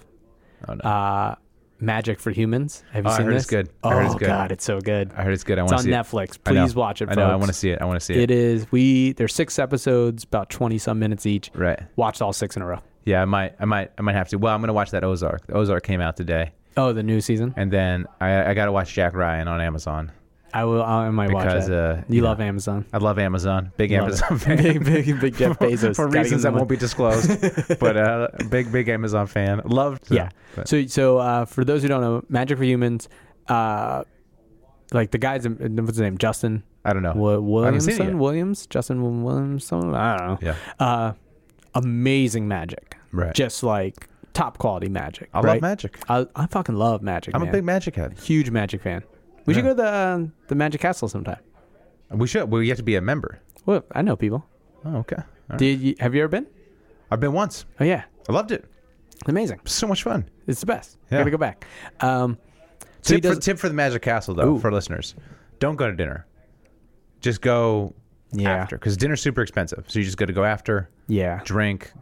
S7: Oh, no.
S8: Uh, Magic for Humans. Have you
S7: Oh, I
S8: seen
S7: heard
S8: this?
S7: it's good.
S8: Oh
S7: I heard it's good.
S8: god, it's so good.
S7: I heard it's good. I
S8: it's
S7: want to
S8: on
S7: see
S8: Netflix.
S7: it. I know.
S8: Please watch it.
S7: I know. I
S8: folks.
S7: want to see it. I want to see it.
S8: It is. We there's six episodes, about twenty some minutes each.
S7: Right.
S8: Watched all six in a row.
S7: Yeah, I might. I might. I might have to. Well, I'm gonna watch that Ozark. The Ozark came out today,
S8: Oh, the new season.
S7: and then I, I gotta watch Jack Ryan on Amazon.
S8: I will. I might watch
S7: Because,
S8: that.
S7: uh,
S8: you
S7: you
S8: love Amazon.
S7: I love Amazon. Big
S8: Love
S7: Amazon
S8: it.
S7: fan.
S8: Big, big, big Jeff Bezos.
S7: for
S8: Gotta give
S7: reasons that
S8: him one.
S7: won't be disclosed. but uh, big, big Amazon fan. Loved. so,
S8: yeah.
S7: but-
S8: So so uh, for those who don't know, Magic for Humans, uh, like the guy's what's his name, Justin
S7: I don't know.
S8: Wi-
S7: I haven't seen it
S8: Williamson,
S7: yet.
S8: Williams, Justin Williamson. I don't know.
S7: Yeah.
S8: Uh, amazing magic.
S7: Right.
S8: Just like top quality magic.
S7: I love
S8: right?
S7: magic.
S8: I, I fucking love magic.
S7: I'm
S8: man.
S7: a big Magic head.
S8: huge magic fan. We should
S7: Yeah.
S8: go to the um, the Magic Castle sometime.
S7: We should. Well, you have to be a member.
S8: Well, I know people.
S7: Oh, okay. All right.
S8: Did you have you ever been?
S7: I've been once.
S8: Oh yeah,
S7: I loved it.
S8: it's amazing.
S7: So much fun.
S8: It's the best.
S7: Yeah.
S8: Gotta go back. Um, so he
S7: Tip, for,
S8: does.
S7: tip for the Magic Castle, though,
S8: Ooh.
S7: for listeners. Don't go to dinner. Just go
S8: Yeah.
S7: after. Because dinner's super expensive. So you just got to go after,
S8: yeah,
S7: drink.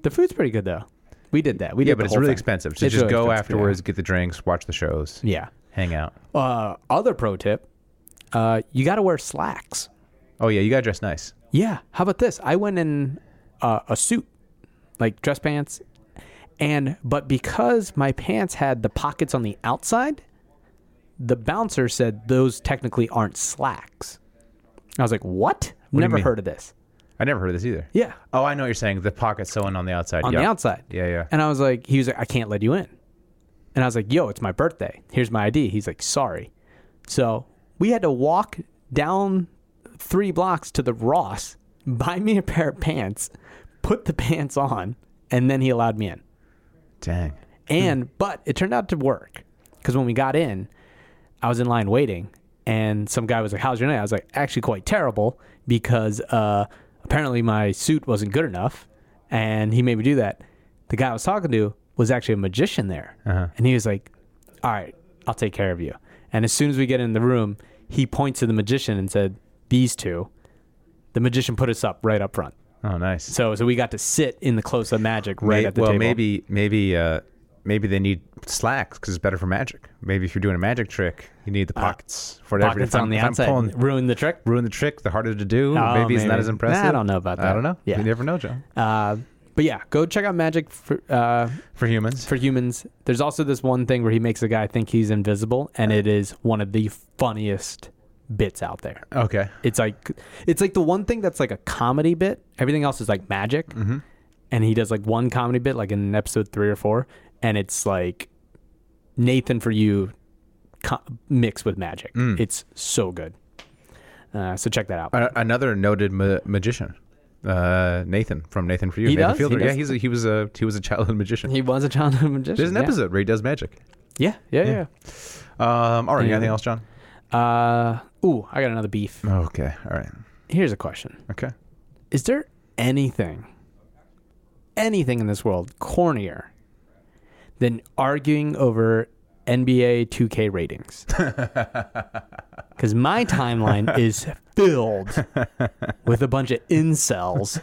S8: the food's pretty good though. We did that. We did.
S7: yeah,
S8: the
S7: but it's
S8: whole
S7: really
S8: thing.
S7: expensive. So
S8: It's
S7: just
S8: really
S7: go
S8: expensive,
S7: afterwards, get the drinks, watch the shows,
S8: Yeah.
S7: hang out.
S8: yeah. Uh, other pro tip: uh, you got to wear slacks.
S7: Oh, yeah, you got to dress nice.
S8: Yeah. How about this? I went in uh, a suit, like dress pants, and but because my pants had the pockets on the outside, the bouncer said those technically aren't slacks. I was like, "What?
S7: you
S8: Never
S7: mean?
S8: heard of this."
S7: I never heard of this either.
S8: Yeah,
S7: Oh, I know what you're saying. The pocket sewing on the outside.
S8: on
S7: yeah.
S8: the outside.
S7: Yeah, yeah.
S8: And I was like, he was like, "I can't let you in," and I was like, "Yo, it's my birthday. Here's my ID." He's like, "Sorry." So we had to walk down three blocks to the Ross, buy me a pair of pants, put the pants on, and then he allowed me in.
S7: Dang.
S8: And but it turned out to work because when we got in, I was in line waiting, and some guy was like, "How's your night?" I was like, "Actually, quite terrible because uh, apparently my suit wasn't good enough," and he made me do that. The guy I was talking to was actually a magician there,
S7: Uh-huh.
S8: and he was like, "All right, I'll take care of you." And as soon as we get in the room, he points to the magician and said, "These two. The magician put us up right up front.
S7: Oh, nice.
S8: So so we got to sit in the close up magic right
S7: May-
S8: at the
S7: well,
S8: table.
S7: maybe maybe uh, maybe they need slacks because it's better for magic. Maybe if you're doing a magic trick, you need the pockets for whatever.
S8: Uh, pockets
S7: if I'm-
S8: on the
S7: if I'm
S8: outside
S7: pulling-
S8: ruin the trick.
S7: ruin the trick, the harder to do.
S8: Oh,
S7: maybe it's not
S8: maybe.
S7: as impressive.
S8: Nah, I don't know about
S7: I
S8: that.
S7: don't know.
S8: Yeah.
S7: You never know, John.
S8: Uh, But yeah, go check out Magic for uh,
S7: for humans.
S8: for humans. There's also this one thing where he makes a guy think he's invisible, and it is one of the funniest bits out there.
S7: okay.
S8: It's like it's like the one thing that's like a comedy bit. Everything else is like magic.
S7: Mm-hmm.
S8: And he does like one comedy bit, like in episode three or four, and it's like Nathan for you co- mixed with magic.
S7: Mm.
S8: It's so good. Uh, so check that out.
S7: A- another noted ma- magician, uh, Nathan from Nathan for You.
S8: He
S7: Nathan
S8: does? He
S7: Fielder.
S8: does?
S7: Yeah, he's a, he was a he was a childhood magician.
S8: He was a childhood magician.
S7: There's an
S8: yeah.
S7: episode where he does magic.
S8: Yeah, yeah, yeah.
S7: Um, all right.
S8: Yeah.
S7: Anything else, John?
S8: Uh, ooh, I got another beef.
S7: Okay. All right.
S8: Here's a question:
S7: Okay.
S8: Is there anything, anything in this world cornier than arguing over NBA 2K ratings? Because my timeline is filled with a bunch of incels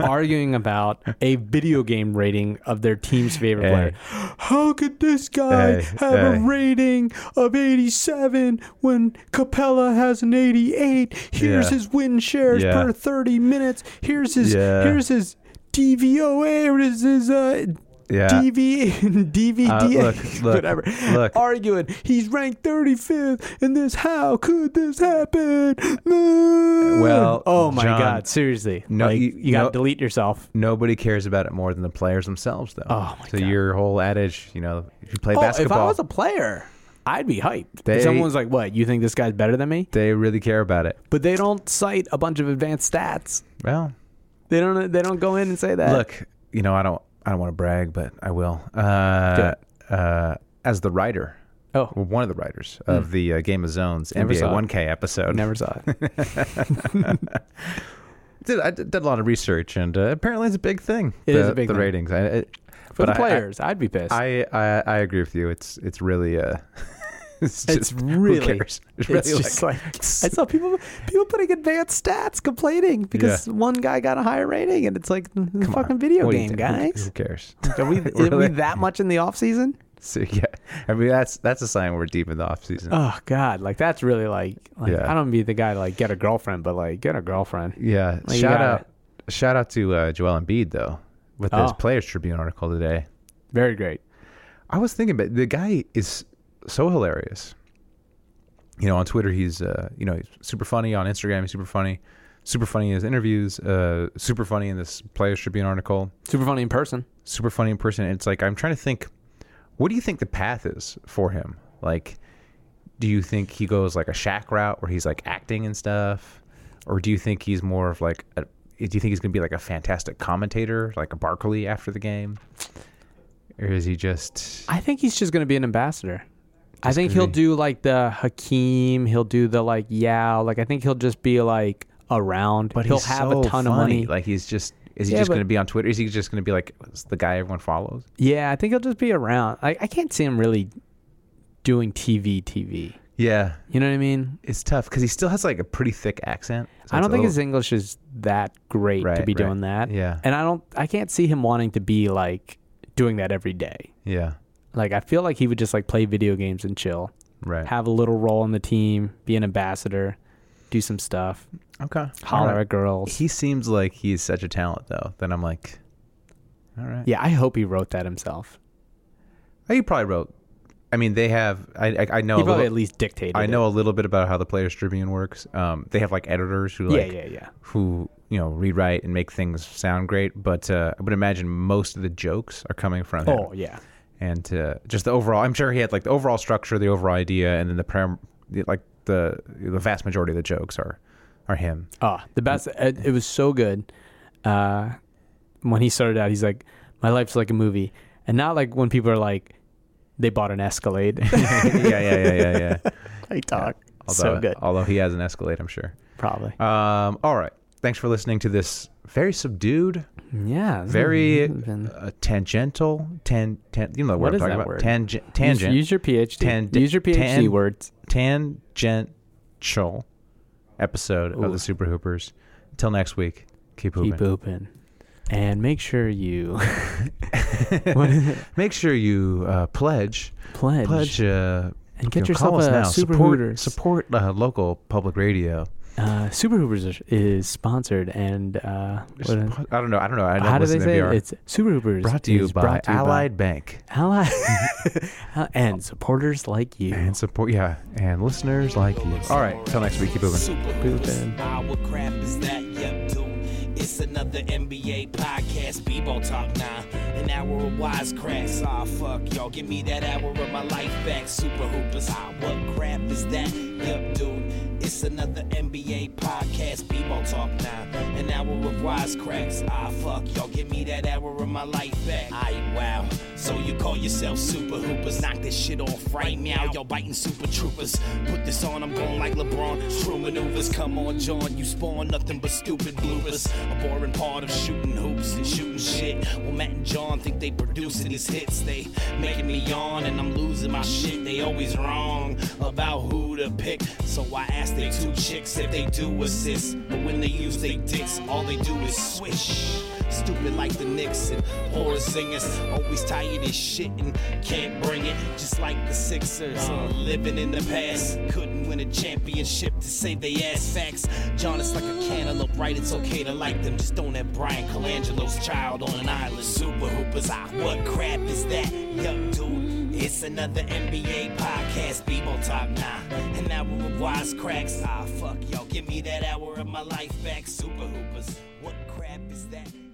S8: arguing about a video game rating of their team's favorite
S7: Hey.
S8: player. How could this guy
S7: Hey,
S8: have a
S7: hey.
S8: rating of 87 when Capella has an 88? Here's
S7: Yeah.
S8: his win shares
S7: Yeah.
S8: per 30 minutes. Here's his
S7: Yeah.
S8: here's his DVOA. Here's his uh,
S7: Yeah.
S8: DV
S7: Uh,
S8: DVD
S7: look, look,
S8: whatever.
S7: look.
S8: Arguing he's ranked 35th in this. How could this happen? No.
S7: Uh, Well,
S8: oh my
S7: John,
S8: God, seriously.
S7: no,
S8: like, you,
S7: you-
S8: gotta
S7: no-
S8: delete yourself.
S7: Nobody cares about it more than the players themselves, though.
S8: Oh, my
S7: so
S8: God.
S7: your whole adage, you know, if you play
S8: Oh, if
S7: basketball,
S8: I was a player, I'd be hyped.
S7: They-
S8: if someone's like, "What? You think this guy's better than me?"
S7: they really care about it.
S8: But they don't cite a bunch of advanced stats.
S7: Well,
S8: They don't. They don't go in and say that.
S7: look, you know, I don't, I don't want to brag, but I will. Uh, uh, as the writer,
S8: Oh.
S7: well, one of the writers of the uh, Game of Zones NBA
S8: saw it.
S7: 1K episode,
S8: never saw it.
S7: did, I did did a lot of research, and uh, apparently it's a big thing.
S8: It
S7: the,
S8: is a big
S7: the
S8: thing.
S7: ratings. I, it,
S8: For the
S7: but I- I-
S8: players, I, would be pissed.
S7: I, I I agree with you. It's it's really uh, it's,
S8: it's
S7: just,
S8: really,
S7: who cares?
S8: It's,
S7: really
S8: just like, I saw people people putting advanced stats complaining because one guy got a higher rating, and it's like the
S7: come on,
S8: fucking video
S7: what do you
S8: game,
S7: think? Who-
S8: guys.
S7: Who cares?
S8: Are we, are we
S7: Really?
S8: that much in the off season?
S7: So yeah, I mean that's that's a sign we're deep in the off season.
S8: Oh God, like that's really like, like
S7: Yeah.
S8: I don't be the guy to like get a girlfriend, but like get a girlfriend.
S7: yeah,
S8: Well, you
S7: shout
S8: got
S7: out shout out to uh, Joel Embiid though with his
S8: Oh.
S7: Players Tribune article today.
S8: Very great.
S7: I was thinking, but the guy is so hilarious. You know, on Twitter he's uh, you know he's super funny. On Instagram he's super funny, super funny in his interviews, uh, super funny in this Players Tribune article.
S8: Super funny in person.
S7: super funny in person. It's like I'm trying to think, what do you think the path is for him? Like, do you think he goes like a Shaq route where he's like acting and stuff, or do you think he's more of like a? Do you think he's gonna be like a fantastic commentator, like a Barkley after the game, or is he just?
S8: I think he's just going to be an ambassador. I think
S7: gonna
S8: he'll
S7: be-
S8: do like the Hakeem. He'll do the like Yao. Like I think he'll just be like around, but he'll
S7: he's
S8: have
S7: so
S8: a ton
S7: funny.
S8: of money.
S7: Like he's just. Is he
S8: Yeah,
S7: just
S8: but-
S7: going to be on Twitter? Is he just going to be like the guy everyone follows?
S8: Yeah, I think he'll just be around. I, I can't see him really doing TV TV.
S7: Yeah,
S8: You know what I mean?
S7: it's tough because he still has like a pretty thick accent. So
S8: I
S7: it's
S8: don't
S7: a
S8: think
S7: little-
S8: his English is that great to
S7: Right,
S8: be
S7: right.
S8: doing that.
S7: Yeah.
S8: And I don't I can't see him wanting to be like doing that every day.
S7: Yeah,
S8: Like I feel like he would just like play video games and chill.
S7: right.
S8: Have a little role on the team, be an ambassador, do some stuff,
S7: okay, All
S8: holler
S7: right.
S8: at girls.
S7: He seems like he's such a talent, though, that I'm like, all right. Oh,
S8: Yeah, I hope he wrote that himself.
S7: He probably wrote. I mean, they have. I I, I know.
S8: He
S7: a little,
S8: probably at least dictated.
S7: Oh, I know
S8: It.
S7: a little bit about how the Players Tribune works. Um, they have like editors who like
S8: yeah, yeah, yeah.
S7: who you know rewrite and make things sound great. But uh, I would imagine most of the jokes are coming from him.
S8: Oh yeah.
S7: and uh, just the overall. I'm sure he had like the overall structure, the overall idea, and then the prim, the- like the the vast majority of the jokes are are him.
S8: Oh, the best. It, it was so good. Uh, when he started out, he's like, "My life's like a movie," and not like when people are like, "They bought an Escalade."
S7: yeah, yeah, yeah, yeah, yeah.
S8: I talk
S7: Although,
S8: so good,
S7: Although he has an Escalade, I'm sure.
S8: uh, probably.
S7: Um, all right. Thanks for listening to this very subdued,
S8: yeah, this
S7: very
S8: has been-
S7: uh, tangential, tan, tan, you know the word
S8: What
S7: I'm
S8: is
S7: talking
S8: that
S7: about.
S8: word?
S7: Tangent,
S8: use,
S7: tangent,
S8: use your PhD.
S7: Tan-
S8: use your PhD
S7: tan-
S8: words.
S7: tangential episode of the Super Hoopers. Until next week, keep hooping.
S8: Keep open, and make sure you
S7: Make sure you uh, pledge,
S8: pledge.
S7: pledge, uh,
S8: And get
S7: you know, call
S8: yourself
S7: us
S8: a
S7: now.
S8: Super
S7: support,
S8: Hooters.
S7: support uh, local public radio.
S8: Uh, Super Hoopers is, is sponsored and uh, what-
S9: I don't know. I don't know. I don't
S8: how do
S9: listen
S8: they
S9: to
S8: say
S9: NPR.
S8: it? It's Super Hoopers
S9: brought to you
S8: is
S9: by
S8: brought to you
S9: Allied Bank
S8: Ally and supporters like you.
S9: and support. Yeah, and listeners like you. All right. Till next week. Keep moving.
S8: Boopin'.
S10: Our crap is that, yep, dude. It's another NBA podcast, Bebo Talk now. An hour of wisecracks, aw, fuck y'all. Give me that hour of my life back, Super Hoopers. Ah, what crap is that, yep, dude. It's another NBA podcast, Bebo Talk now. An hour of wisecracks, ah, fuck y'all. Give me that hour of my life back. I wow. So you call yourself Super Hoopers? Knock this shit off right now. Y'all biting Super Troopers. Put this on, I'm going like LeBron. True maneuvers. Come on, John. You spawn nothing but stupid bloopers. A boring part of shooting hoops and shooting shit. Well, Matt and John think they producing these hits. They making me yawn and I'm losing my shit. They always wrong about who to pick. So I ask they two chicks if they do assist. But when they use they dicks, all they do is swish. Stupid like the Knicks and horror singers. Always tired as shit and can't bring it. Just like the Sixers. Uh, living in the past. Couldn't win a championship to save they ass facts. John is like a cantaloupe, right? It's okay to like them. Just don't have Brian Colangelo's child on an island. Super Hoopers, ah, what crap is that? Yup, dude. It's another NBA podcast, Bebo Top 9. An hour of wisecracks. Ah, fuck, y'all. Give me that hour of my life back, Super Hoopers. What crap is that?